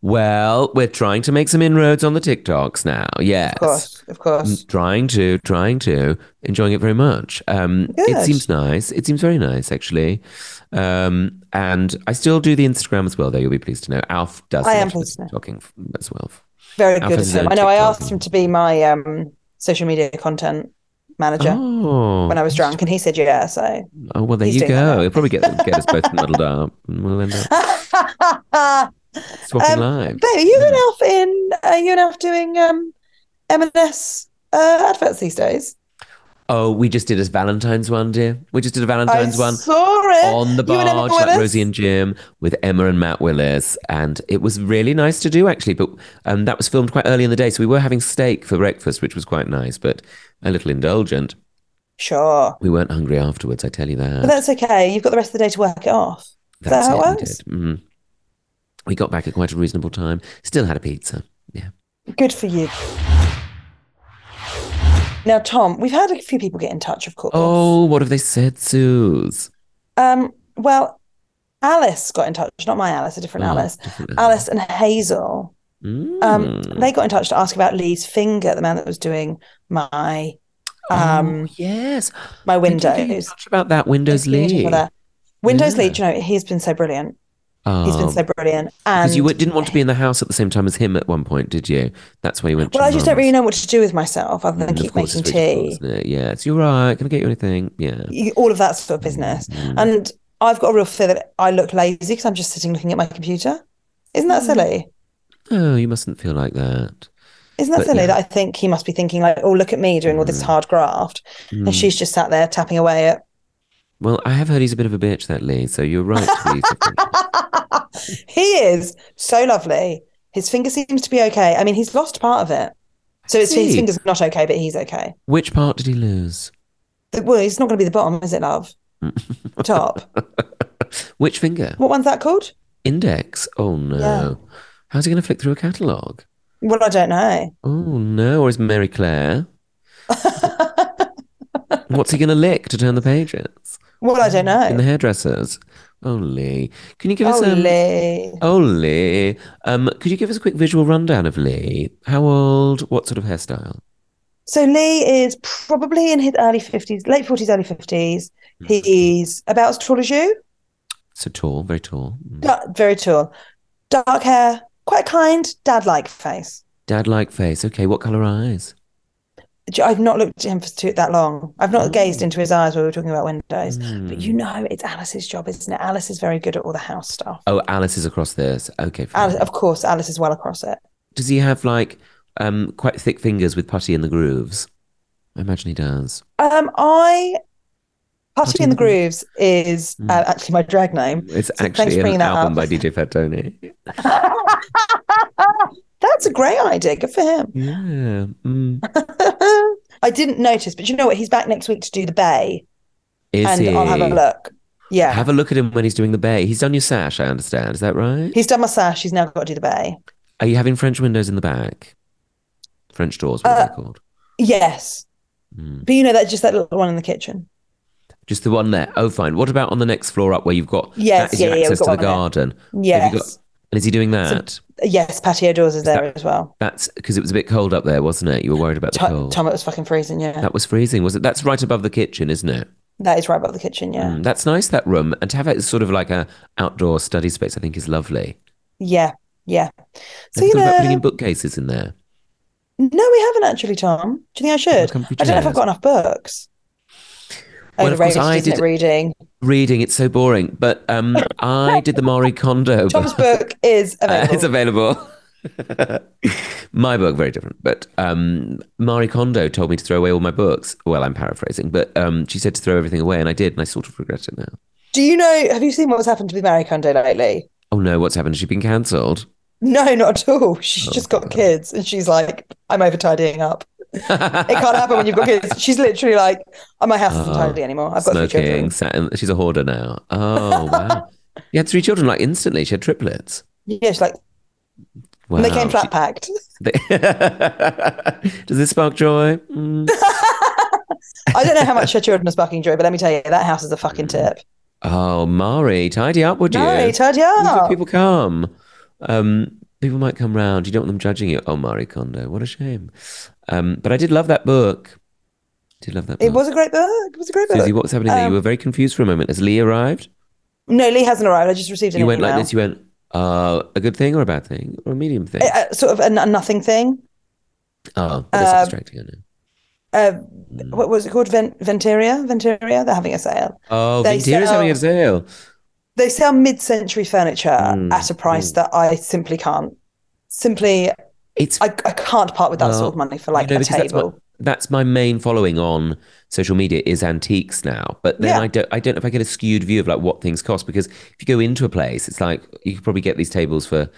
[SPEAKER 2] Well, we're trying to make some inroads on the TikToks now. Yes.
[SPEAKER 1] Of course, of course.
[SPEAKER 2] Trying to, trying to, enjoying it very much. Um, it
[SPEAKER 1] Good.
[SPEAKER 2] seems nice. It seems very nice, actually. Um, and I still do the Instagram as well, though. You'll be pleased to know. Alf does.
[SPEAKER 1] I
[SPEAKER 2] so
[SPEAKER 1] am
[SPEAKER 2] much of the
[SPEAKER 1] pleased to know.
[SPEAKER 2] TikToking f- as well.
[SPEAKER 1] Very
[SPEAKER 2] Alpha
[SPEAKER 1] good of
[SPEAKER 2] Zero
[SPEAKER 1] him. I know. I
[SPEAKER 2] TikTok.
[SPEAKER 1] asked him to be my um, social media content manager
[SPEAKER 2] Oh,
[SPEAKER 1] when I was drunk, and he said yeah. So
[SPEAKER 2] Oh well, there
[SPEAKER 1] He's
[SPEAKER 2] you
[SPEAKER 1] doing that
[SPEAKER 2] go.
[SPEAKER 1] now.
[SPEAKER 2] It'll probably get get us both muddled up, and we'll end up
[SPEAKER 1] Um,
[SPEAKER 2] swapping lives.
[SPEAKER 1] Babe, are you and Alf in? Are you and Alf doing um, M&S uh, adverts these days?
[SPEAKER 2] Oh, we just did a Valentine's one, dear. We just did a Valentine's
[SPEAKER 1] I
[SPEAKER 2] one
[SPEAKER 1] saw it
[SPEAKER 2] on the
[SPEAKER 1] You and Emma
[SPEAKER 2] barge, like
[SPEAKER 1] Willis?
[SPEAKER 2] Rosie and Jim, with Emma and Matt Willis, and it was really nice to do actually. But um, that was filmed quite early in the day, so we were having steak for breakfast, which was quite nice, but a little indulgent.
[SPEAKER 1] Sure,
[SPEAKER 2] We weren't hungry afterwards, I tell you that.
[SPEAKER 1] but that's okay. You've got the rest of the day to work it off. Is that how it
[SPEAKER 2] we
[SPEAKER 1] works?
[SPEAKER 2] did. Mm. We got back at quite a reasonable time. Still had a pizza. Yeah.
[SPEAKER 1] Good for you. Now, Tom, we've had a few people get in touch, of course.
[SPEAKER 2] Oh, what have they said, Suze?
[SPEAKER 1] Um, well, Alice got in touch, not my Alice, a different
[SPEAKER 2] Oh,
[SPEAKER 1] Alice.
[SPEAKER 2] different
[SPEAKER 1] Alice and Hazel.
[SPEAKER 2] Mm.
[SPEAKER 1] Um, they got in touch to ask about Lee's finger, the man that was doing my um
[SPEAKER 2] oh, yes.
[SPEAKER 1] my
[SPEAKER 2] I did get in
[SPEAKER 1] windows.
[SPEAKER 2] touch about that Windows Lee.
[SPEAKER 1] For that. Windows
[SPEAKER 2] Yeah.
[SPEAKER 1] Lee, do you know, he's been so brilliant. He's been
[SPEAKER 2] Oh,
[SPEAKER 1] so brilliant. And
[SPEAKER 2] because you didn't want to be in the house at the same time as him at one point, did you? That's why you went.
[SPEAKER 1] well,
[SPEAKER 2] to
[SPEAKER 1] I just don't
[SPEAKER 2] Mum's.
[SPEAKER 1] really know what to do with myself other than
[SPEAKER 2] Mm, of
[SPEAKER 1] keep
[SPEAKER 2] course
[SPEAKER 1] making
[SPEAKER 2] it's rich,
[SPEAKER 1] tea.
[SPEAKER 2] of course, isn't it? Yeah, it's you're right. Can I get you anything? Yeah.
[SPEAKER 1] you- all of that sort of business.
[SPEAKER 2] Mm.
[SPEAKER 1] And I've got a real fear that I look lazy because I'm just sitting looking at my computer. Isn't
[SPEAKER 2] Mm.
[SPEAKER 1] that silly?
[SPEAKER 2] Oh, you mustn't feel like that.
[SPEAKER 1] Isn't that
[SPEAKER 2] But
[SPEAKER 1] silly
[SPEAKER 2] yeah. Mm.
[SPEAKER 1] that I think he must be thinking like, oh, look at me doing all this hard graft, and she's just sat there tapping away at.
[SPEAKER 2] Well, I have heard he's a bit of a bitch, that Lee. So you're right. to be different.
[SPEAKER 1] He is so lovely. His finger seems to be okay. I mean, he's lost part of it, so it's, his
[SPEAKER 2] see.
[SPEAKER 1] finger's not okay, but he's okay.
[SPEAKER 2] Which part did he lose?
[SPEAKER 1] The- Well, it's not going to be the bottom, is it, love? Top.
[SPEAKER 2] Which finger?
[SPEAKER 1] What one's that called?
[SPEAKER 2] Index. Oh no.
[SPEAKER 1] Yeah.
[SPEAKER 2] How's he going to flick through a catalogue?
[SPEAKER 1] Well, I don't know.
[SPEAKER 2] Oh no. Or is Mary Claire? What's he going to lick to turn the pages?
[SPEAKER 1] Well, I don't
[SPEAKER 2] Mm. In the
[SPEAKER 1] know.
[SPEAKER 2] hairdressers. Oh Lee, can you give us
[SPEAKER 1] Oh,
[SPEAKER 2] a?
[SPEAKER 1] Lee.
[SPEAKER 2] Oh, Lee. Um, could you give us a quick visual rundown of Lee? How old? What sort of hairstyle?
[SPEAKER 1] So Lee is probably in his early 50s, late 40s, early 50s.
[SPEAKER 2] Mm.
[SPEAKER 1] He's about as tall as you,
[SPEAKER 2] So tall, very tall. Mm.
[SPEAKER 1] Dar- very tall, dark hair, quite a kind, dad-like face.
[SPEAKER 2] Dad like face. Okay, what colour eyes?
[SPEAKER 1] Do- I've not looked at him for too, that long. I've not gazed into his eyes when we were talking about windows.
[SPEAKER 2] Hmm.
[SPEAKER 1] But you know, it's Alice's job, isn't it? Alice is very good at all the house stuff.
[SPEAKER 2] Oh, Alice is across this. Okay, fine.
[SPEAKER 1] Alice, of course, Alice is well across it.
[SPEAKER 2] Does he have like um quite thick fingers with putty in the grooves? I imagine he does.
[SPEAKER 1] Um, I Putty in the
[SPEAKER 2] Putty in the Groove.
[SPEAKER 1] Grooves is uh,
[SPEAKER 2] Hmm.
[SPEAKER 1] actually my drag name.
[SPEAKER 2] It's
[SPEAKER 1] So thanks
[SPEAKER 2] actually
[SPEAKER 1] for bringing
[SPEAKER 2] an
[SPEAKER 1] that
[SPEAKER 2] album
[SPEAKER 1] up.
[SPEAKER 2] by DJ Fat Tony.
[SPEAKER 1] That's a great idea. Good for him.
[SPEAKER 2] Yeah. Mm.
[SPEAKER 1] I didn't notice, but you know what? He's back next week to do the Bay,
[SPEAKER 2] Is
[SPEAKER 1] and
[SPEAKER 2] he?
[SPEAKER 1] I'll have a look. Yeah,
[SPEAKER 2] Have a look at him when he's doing the bay. He's done your sash, I understand. Is that right?
[SPEAKER 1] he's done my sash. He's now got to do the Bay.
[SPEAKER 2] Are you having French windows in the back? French doors, what are
[SPEAKER 1] Uh,
[SPEAKER 2] they called?
[SPEAKER 1] Yes,
[SPEAKER 2] Hmm.
[SPEAKER 1] but you know that just that little one in the kitchen.
[SPEAKER 2] Just the one there. Oh, fine. What about on the next floor up where you've got
[SPEAKER 1] Yes,
[SPEAKER 2] that is
[SPEAKER 1] yeah,
[SPEAKER 2] your
[SPEAKER 1] yeah, we've
[SPEAKER 2] access
[SPEAKER 1] got
[SPEAKER 2] to the
[SPEAKER 1] one there.
[SPEAKER 2] garden? Have
[SPEAKER 1] Yes,
[SPEAKER 2] you got- and is he doing that?
[SPEAKER 1] yes, patio doors is there as well.
[SPEAKER 2] That's because it was a bit cold up there, wasn't it? You were worried about the
[SPEAKER 1] Ti-
[SPEAKER 2] cold.
[SPEAKER 1] Tom, it was fucking freezing. Yeah,
[SPEAKER 2] That was freezing, was it? That's right above the kitchen, isn't it?
[SPEAKER 1] that is right above the kitchen. Yeah,
[SPEAKER 2] Mm, that's nice, that room. And to have it as sort of like a outdoor study space, I think is lovely.
[SPEAKER 1] yeah, yeah. So
[SPEAKER 2] Have you
[SPEAKER 1] you
[SPEAKER 2] thought about
[SPEAKER 1] know,
[SPEAKER 2] putting in bookcases in there?
[SPEAKER 1] no, we haven't actually, Tom. Do you think I should?
[SPEAKER 2] comfy
[SPEAKER 1] I don't know if I've
[SPEAKER 2] chairs.
[SPEAKER 1] got enough books.
[SPEAKER 2] Well, of course,
[SPEAKER 1] Overrated,
[SPEAKER 2] I
[SPEAKER 1] isn't it,
[SPEAKER 2] did-
[SPEAKER 1] reading.
[SPEAKER 2] Reading, it's so boring. But um, I did the Marie Kondo.
[SPEAKER 1] Tom's book is
[SPEAKER 2] Uh,
[SPEAKER 1] available.
[SPEAKER 2] it's available. my book, very different. But um, Marie Kondo told me to throw away all my books. Well, I'm paraphrasing, but um, she said to throw everything away, and I did, and I sort of regret it now.
[SPEAKER 1] Do you know? Have you seen what's happened with Marie Kondo lately?
[SPEAKER 2] Oh no, what's happened? Has she been cancelled?
[SPEAKER 1] No, not at all.
[SPEAKER 2] Oh,
[SPEAKER 1] She's just got kids and she's like, I'm over tidying up. It can't happen when you've got kids. She's literally like, oh, my house isn't tidy anymore. I've got three
[SPEAKER 2] Smoking,
[SPEAKER 1] children.
[SPEAKER 2] sat in, she's a hoarder now. Oh wow, you had three children like instantly. She had triplets.
[SPEAKER 1] Yeah, she's like,
[SPEAKER 2] Wow.
[SPEAKER 1] and they came flat packed.
[SPEAKER 2] She- Does this spark joy? Mm.
[SPEAKER 1] I don't know how much her children are sparking joy, but let me tell you, that house is a fucking tip.
[SPEAKER 2] Oh, Mari, tidy up, would you?
[SPEAKER 1] Marie, tidy
[SPEAKER 2] That's why
[SPEAKER 1] up.
[SPEAKER 2] people come. Um, people might come round. You don't want them judging you. Oh, Marie Kondo, what a shame. Um, but I did love that book. Did love that book.
[SPEAKER 1] It was a great book. It was a Um, great
[SPEAKER 2] Susie,
[SPEAKER 1] book.
[SPEAKER 2] what was happening there? You were very confused for a moment. As Lee arrived,
[SPEAKER 1] No, Lee hasn't arrived. I just received an
[SPEAKER 2] you went
[SPEAKER 1] email.
[SPEAKER 2] like this. You went, uh, a good thing or a bad thing or a medium thing?
[SPEAKER 1] Uh, uh, sort of a, n- a nothing thing.
[SPEAKER 2] oh, that's
[SPEAKER 1] um,
[SPEAKER 2] distracting. I know.
[SPEAKER 1] Uh,
[SPEAKER 2] Mm.
[SPEAKER 1] What was it called? Vent- Venteria? Venteria? They're having a sale.
[SPEAKER 2] Oh,
[SPEAKER 1] they
[SPEAKER 2] Ventira's having a sale.
[SPEAKER 1] they
[SPEAKER 2] Mm.
[SPEAKER 1] sell mid-century furniture at a price that I simply can't. Simply
[SPEAKER 2] It's
[SPEAKER 1] I, I can't part with that
[SPEAKER 2] Well,
[SPEAKER 1] sort of money for like
[SPEAKER 2] you know,
[SPEAKER 1] a
[SPEAKER 2] because that's my-
[SPEAKER 1] table.
[SPEAKER 2] That's my main following on social media is antiques now. But then
[SPEAKER 1] Yeah.
[SPEAKER 2] I don't I don't know if I get a skewed view of like what things cost because if you go into a place, it's like you could probably get these tables for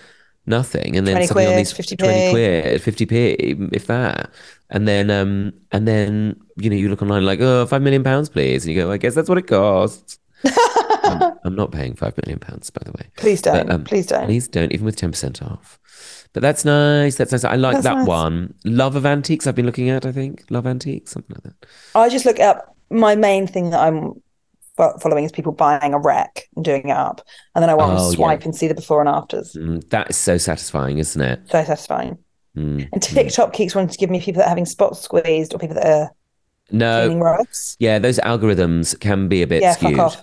[SPEAKER 2] nothing and then
[SPEAKER 1] 20
[SPEAKER 2] suddenly on
[SPEAKER 1] quid,
[SPEAKER 2] these
[SPEAKER 1] 50p.
[SPEAKER 2] 20 quid, 50p, if that. And then um and then you know you look online like, oh, five million pounds, please. And you go, I guess that's what it costs. I'm, I'm not paying five million pounds, by the way.
[SPEAKER 1] Please
[SPEAKER 2] But,
[SPEAKER 1] don't.
[SPEAKER 2] um,
[SPEAKER 1] please don't.
[SPEAKER 2] Please don't, even with 10% off. But that's nice. That's nice. I like
[SPEAKER 1] That's
[SPEAKER 2] that
[SPEAKER 1] nice.
[SPEAKER 2] one. Love of Antiques, I've been looking at, I think. Love Antiques, something like that.
[SPEAKER 1] I just look up my main thing that I'm fo- following is people buying a rack and doing it up, and then I want
[SPEAKER 2] Oh, yeah.
[SPEAKER 1] to swipe and see the before and afters.
[SPEAKER 2] Mm, that is so satisfying, isn't it?
[SPEAKER 1] So satisfying.
[SPEAKER 2] Mm.
[SPEAKER 1] And TikTok keeps wanting to give me people that are having spots squeezed or people that are
[SPEAKER 2] No. Oh.
[SPEAKER 1] cleaning rugs.
[SPEAKER 2] Yeah, those algorithms can be a bit
[SPEAKER 1] Yeah, fuck
[SPEAKER 2] skewed.
[SPEAKER 1] off.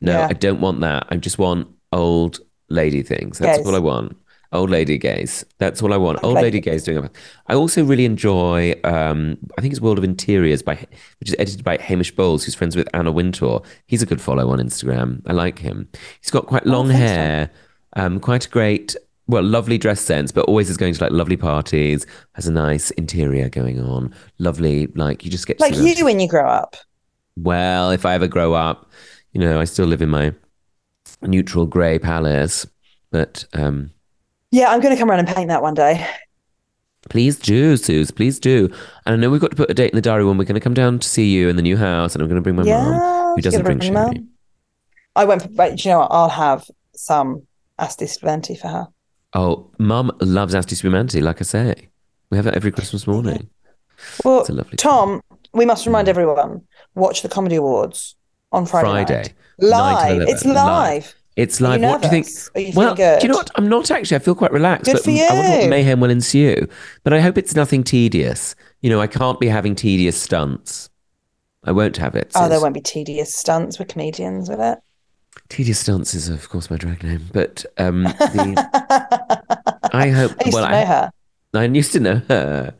[SPEAKER 2] No,
[SPEAKER 1] Yeah.
[SPEAKER 2] I don't want that. I just want old lady things. That's
[SPEAKER 1] Gaze.
[SPEAKER 2] all I want. Old lady gaze. That's all I want. Old
[SPEAKER 1] like
[SPEAKER 2] lady
[SPEAKER 1] it.
[SPEAKER 2] gaze doing it. I also really enjoy. Um, I think it's World of Interiors by, which is edited by Hamish Bowles, who's friends with Anna Wintour. He's a good follow on Instagram. I like him. He's got quite long
[SPEAKER 1] Oh, thanks,
[SPEAKER 2] hair. Um, quite a great, well, lovely dress sense, but always is going to like lovely parties. Has a nice interior going on. Lovely, like you just get to
[SPEAKER 1] Like
[SPEAKER 2] see loads of-
[SPEAKER 1] you when you grow up.
[SPEAKER 2] well, if I ever grow up, you know, I still live in my neutral grey palace. But um,
[SPEAKER 1] Yeah, I'm going to come around and paint that one day.
[SPEAKER 2] please do, Suze, please do. And I know we've got to put a date in the diary when we're going to come down to see you in the new house, and I'm going to bring my
[SPEAKER 1] yeah,
[SPEAKER 2] mum, who
[SPEAKER 1] you
[SPEAKER 2] doesn't
[SPEAKER 1] gotta
[SPEAKER 2] drink
[SPEAKER 1] bring 'em
[SPEAKER 2] champagne.
[SPEAKER 1] out. I went. For, but do you know what? I'll have some Astis Venti for her.
[SPEAKER 2] Oh, mum loves Asti Spumanti, like I say. We have it every Christmas morning.
[SPEAKER 1] Well,
[SPEAKER 2] It's a lovely Hmm.
[SPEAKER 1] Tom, we must remind everyone: watch the Comedy Awards on Friday. night.
[SPEAKER 2] Friday, 9 to
[SPEAKER 1] live.
[SPEAKER 2] 11,
[SPEAKER 1] It's live.
[SPEAKER 2] It's
[SPEAKER 1] Are
[SPEAKER 2] live.
[SPEAKER 1] you
[SPEAKER 2] what do you think?
[SPEAKER 1] nervous? Are you
[SPEAKER 2] well,
[SPEAKER 1] feeling
[SPEAKER 2] do you know
[SPEAKER 1] good?
[SPEAKER 2] what? I'm not actually. I feel quite relaxed.
[SPEAKER 1] Good
[SPEAKER 2] but
[SPEAKER 1] for
[SPEAKER 2] m- I wonder what
[SPEAKER 1] you.
[SPEAKER 2] mayhem will ensue. But I hope it's nothing tedious. You know, I can't be having tedious stunts. I won't have it.
[SPEAKER 1] Oh, there
[SPEAKER 2] Sis.
[SPEAKER 1] won't be tedious stunts with comedians with it.
[SPEAKER 2] Tedious stunts is, of course, my drag name. But um, the, I hope.
[SPEAKER 1] I used
[SPEAKER 2] well,
[SPEAKER 1] to know her.
[SPEAKER 2] I, I used to know her.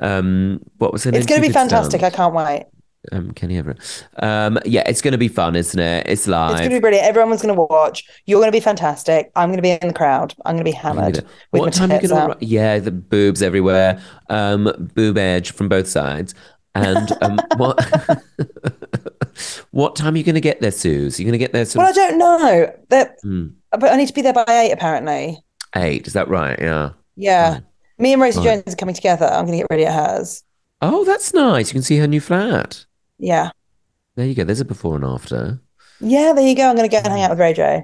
[SPEAKER 2] um, what was her name?
[SPEAKER 1] It's going to be
[SPEAKER 2] Cupid
[SPEAKER 1] fantastic.
[SPEAKER 2] Stunt.
[SPEAKER 1] I can't wait.
[SPEAKER 2] Um, Kenny Everett. Um, yeah, it's going to be fun, isn't it? It's live.
[SPEAKER 1] It's going to be brilliant. Everyone's going to watch. You're going to be fantastic. I'm going to be in the crowd. I'm going to be hammered
[SPEAKER 2] Maybe the-
[SPEAKER 1] with
[SPEAKER 2] what
[SPEAKER 1] my
[SPEAKER 2] time are you
[SPEAKER 1] tits
[SPEAKER 2] gonna
[SPEAKER 1] out.
[SPEAKER 2] arri- yeah the boobs everywhere um boob edge from both sides and um what what time are you gonna get there Suze? you're gonna get there sort
[SPEAKER 1] Well, I
[SPEAKER 2] of
[SPEAKER 1] don't know. That,
[SPEAKER 2] Hmm.
[SPEAKER 1] but I need to be there by eight, apparently.
[SPEAKER 2] eight is that right yeah
[SPEAKER 1] Yeah. Me and Rosie
[SPEAKER 2] Right.
[SPEAKER 1] Jones are coming together. I'm going to get ready at hers.
[SPEAKER 2] oh that's nice you can see her new flat
[SPEAKER 1] Yeah.
[SPEAKER 2] there you go there's a before and after
[SPEAKER 1] Yeah, there you go. I'm going to go and hang out with Rojo.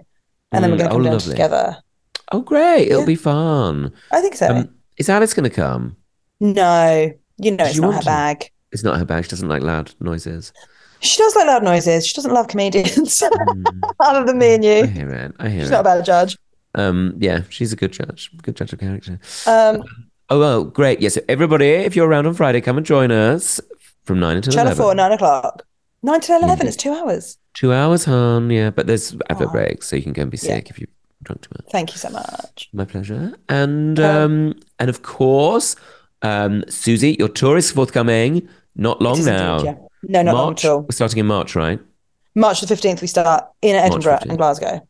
[SPEAKER 1] And then we're
[SPEAKER 2] Mm,
[SPEAKER 1] going to
[SPEAKER 2] oh,
[SPEAKER 1] come down
[SPEAKER 2] lovely.
[SPEAKER 1] together.
[SPEAKER 2] oh great it'll
[SPEAKER 1] Yeah.
[SPEAKER 2] be fun
[SPEAKER 1] I think so.
[SPEAKER 2] um is Alice gonna come
[SPEAKER 1] no. You know
[SPEAKER 2] Did
[SPEAKER 1] it's
[SPEAKER 2] you
[SPEAKER 1] not
[SPEAKER 2] want
[SPEAKER 1] her
[SPEAKER 2] to?
[SPEAKER 1] bag.
[SPEAKER 2] it's not her bag she doesn't like loud noises
[SPEAKER 1] She does like loud noises. She doesn't love comedians.
[SPEAKER 2] Mm,
[SPEAKER 1] Other than me and
[SPEAKER 2] I
[SPEAKER 1] you.
[SPEAKER 2] hear it I hear
[SPEAKER 1] She's
[SPEAKER 2] it
[SPEAKER 1] not a bad judge.
[SPEAKER 2] um yeah she's a good judge good judge of character
[SPEAKER 1] Um,
[SPEAKER 2] Oh, well, great. Yes, so everybody, if you're around on Friday, come and join us from 9 until
[SPEAKER 1] Channel
[SPEAKER 2] 11.
[SPEAKER 1] 4, 9 o'clock. 9 till
[SPEAKER 2] Mm.
[SPEAKER 1] 11, it's two hours.
[SPEAKER 2] Two hours, hon. Yeah, but there's advert
[SPEAKER 1] Aw.
[SPEAKER 2] breaks, so you can go and be
[SPEAKER 1] Yeah.
[SPEAKER 2] sick if you're drunk too much.
[SPEAKER 1] Thank you so much.
[SPEAKER 2] My pleasure. And
[SPEAKER 1] Um,
[SPEAKER 2] um, and of course, um, Susie, your tour is forthcoming. Not
[SPEAKER 1] It
[SPEAKER 2] long
[SPEAKER 1] is indeed,
[SPEAKER 2] now.
[SPEAKER 1] yeah. No, not long
[SPEAKER 2] March.
[SPEAKER 1] at all.
[SPEAKER 2] We're starting in March, right?
[SPEAKER 1] March the 15th, we start in Edinburgh
[SPEAKER 2] 15th.
[SPEAKER 1] and Glasgow.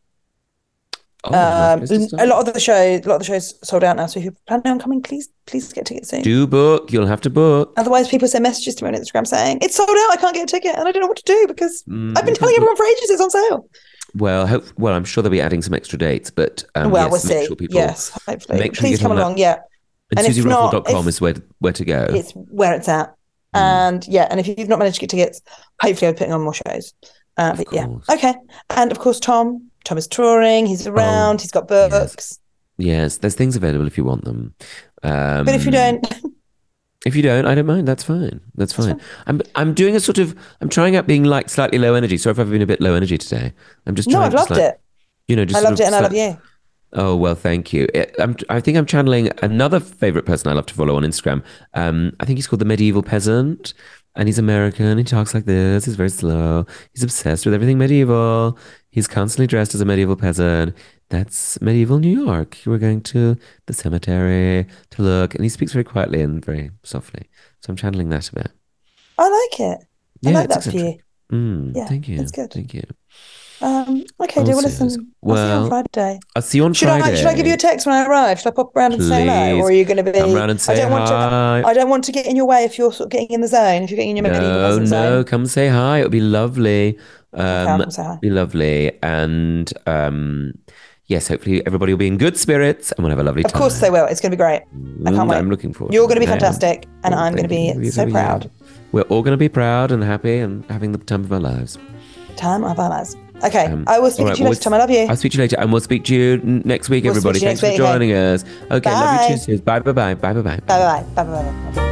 [SPEAKER 2] Oh,
[SPEAKER 1] Um,
[SPEAKER 2] nice place to
[SPEAKER 1] a
[SPEAKER 2] start.
[SPEAKER 1] lot of the show, a lot of the shows sold out now. So if you're planning on coming, please, please get tickets soon.
[SPEAKER 2] Do book. You'll have to book.
[SPEAKER 1] Otherwise, people send messages to me on Instagram saying it's sold out. I can't get a ticket, and I don't know what to do because
[SPEAKER 2] Mm,
[SPEAKER 1] I've been telling everyone for ages it's on sale.
[SPEAKER 2] Well, hope, well, I'm sure they'll be adding some extra dates, but um,
[SPEAKER 1] well,
[SPEAKER 2] yes,
[SPEAKER 1] we'll
[SPEAKER 2] make
[SPEAKER 1] see.
[SPEAKER 2] sure people.
[SPEAKER 1] yes, hopefully,
[SPEAKER 2] make sure you
[SPEAKER 1] please
[SPEAKER 2] get
[SPEAKER 1] come
[SPEAKER 2] on that.
[SPEAKER 1] along. Yeah,
[SPEAKER 2] And,
[SPEAKER 1] And if not-
[SPEAKER 2] SusieRuffle.com
[SPEAKER 1] if-
[SPEAKER 2] is where where to go.
[SPEAKER 1] it's where it's at.
[SPEAKER 2] Hmm.
[SPEAKER 1] And yeah, and if you've not managed to get tickets, hopefully, I'm putting on more shows. Uh, but yeah,
[SPEAKER 2] course. Oh,
[SPEAKER 1] okay. And of course, Tom. Tom is touring. He's around. he's got
[SPEAKER 2] yes.
[SPEAKER 1] books.
[SPEAKER 2] Yes, there's things available if you want them. Um,
[SPEAKER 1] But if you don't,
[SPEAKER 2] if you don't, I don't mind. That's fine. That's fine. I'm I'm doing a sort of I'm trying out being like slightly low energy. Sorry if I've been a bit low energy today. I'm just
[SPEAKER 1] no,
[SPEAKER 2] trying
[SPEAKER 1] I've
[SPEAKER 2] to
[SPEAKER 1] loved
[SPEAKER 2] just, like,
[SPEAKER 1] it.
[SPEAKER 2] You know, just
[SPEAKER 1] I
[SPEAKER 2] sort
[SPEAKER 1] loved it,
[SPEAKER 2] of
[SPEAKER 1] and I love
[SPEAKER 2] slight-
[SPEAKER 1] you.
[SPEAKER 2] Oh well, thank you. It, I'm, I think I'm channeling another favorite person I love to follow on Instagram. Um, I think he's called the medieval peasant, and he's American. He talks like this. He's very slow. He's obsessed with everything medieval. He's constantly dressed as a medieval peasant. That's medieval New York. We're going to the cemetery to look, and he speaks very quietly and very softly. So I'm channeling that a bit.
[SPEAKER 1] I like it. I
[SPEAKER 2] Yeah,
[SPEAKER 1] like
[SPEAKER 2] it's
[SPEAKER 1] that for you.
[SPEAKER 2] eccentric. Mm,
[SPEAKER 1] Yeah,
[SPEAKER 2] thank you.
[SPEAKER 1] that's good.
[SPEAKER 2] Thank you.
[SPEAKER 1] Um, okay, do you want to listen?
[SPEAKER 2] Awesome.
[SPEAKER 1] I'll see you
[SPEAKER 2] Well,
[SPEAKER 1] on Friday.
[SPEAKER 2] I'll see you on
[SPEAKER 1] Should
[SPEAKER 2] Friday.
[SPEAKER 1] I should I give you a text when I arrive? Should I pop around and say hello, or are
[SPEAKER 2] Please,
[SPEAKER 1] you going to be?
[SPEAKER 2] come round and say
[SPEAKER 1] I don't want
[SPEAKER 2] hi.
[SPEAKER 1] to. I don't want to get in your way if you're sort of getting in the zone. If you're getting in your maybe
[SPEAKER 2] No,
[SPEAKER 1] pleasant
[SPEAKER 2] Oh, no,
[SPEAKER 1] zone.
[SPEAKER 2] come say hi. It'll be lovely. Um,
[SPEAKER 1] I'll say hi.
[SPEAKER 2] be lovely, and um, yes, hopefully everybody will be in good spirits, and we'll have a lovely
[SPEAKER 1] Of
[SPEAKER 2] time.
[SPEAKER 1] course they will. It's going to be great. I
[SPEAKER 2] Mm,
[SPEAKER 1] can't wait.
[SPEAKER 2] I'm looking forward.
[SPEAKER 1] You're
[SPEAKER 2] to
[SPEAKER 1] going to be
[SPEAKER 2] it. I am.
[SPEAKER 1] fantastic, and
[SPEAKER 2] Oh,
[SPEAKER 1] I'm going to
[SPEAKER 2] thank you.
[SPEAKER 1] be
[SPEAKER 2] You
[SPEAKER 1] so
[SPEAKER 2] really
[SPEAKER 1] proud.
[SPEAKER 2] are. We're all going to be proud and happy and having the time of our lives.
[SPEAKER 1] Time of our lives. Okay,
[SPEAKER 2] Um,
[SPEAKER 1] I will speak
[SPEAKER 2] all right,
[SPEAKER 1] to you
[SPEAKER 2] well,
[SPEAKER 1] later, Tom. I love you.
[SPEAKER 2] I'll speak to you later, and we'll speak to you n- next week,
[SPEAKER 1] We'll speak
[SPEAKER 2] everybody.
[SPEAKER 1] to you
[SPEAKER 2] Thanks
[SPEAKER 1] next
[SPEAKER 2] for
[SPEAKER 1] week, okay?
[SPEAKER 2] joining us. Okay, love
[SPEAKER 1] Bye.
[SPEAKER 2] you, cheers. Bye, bye, bye, bye, bye, bye.
[SPEAKER 1] Bye bye. Bye bye. bye.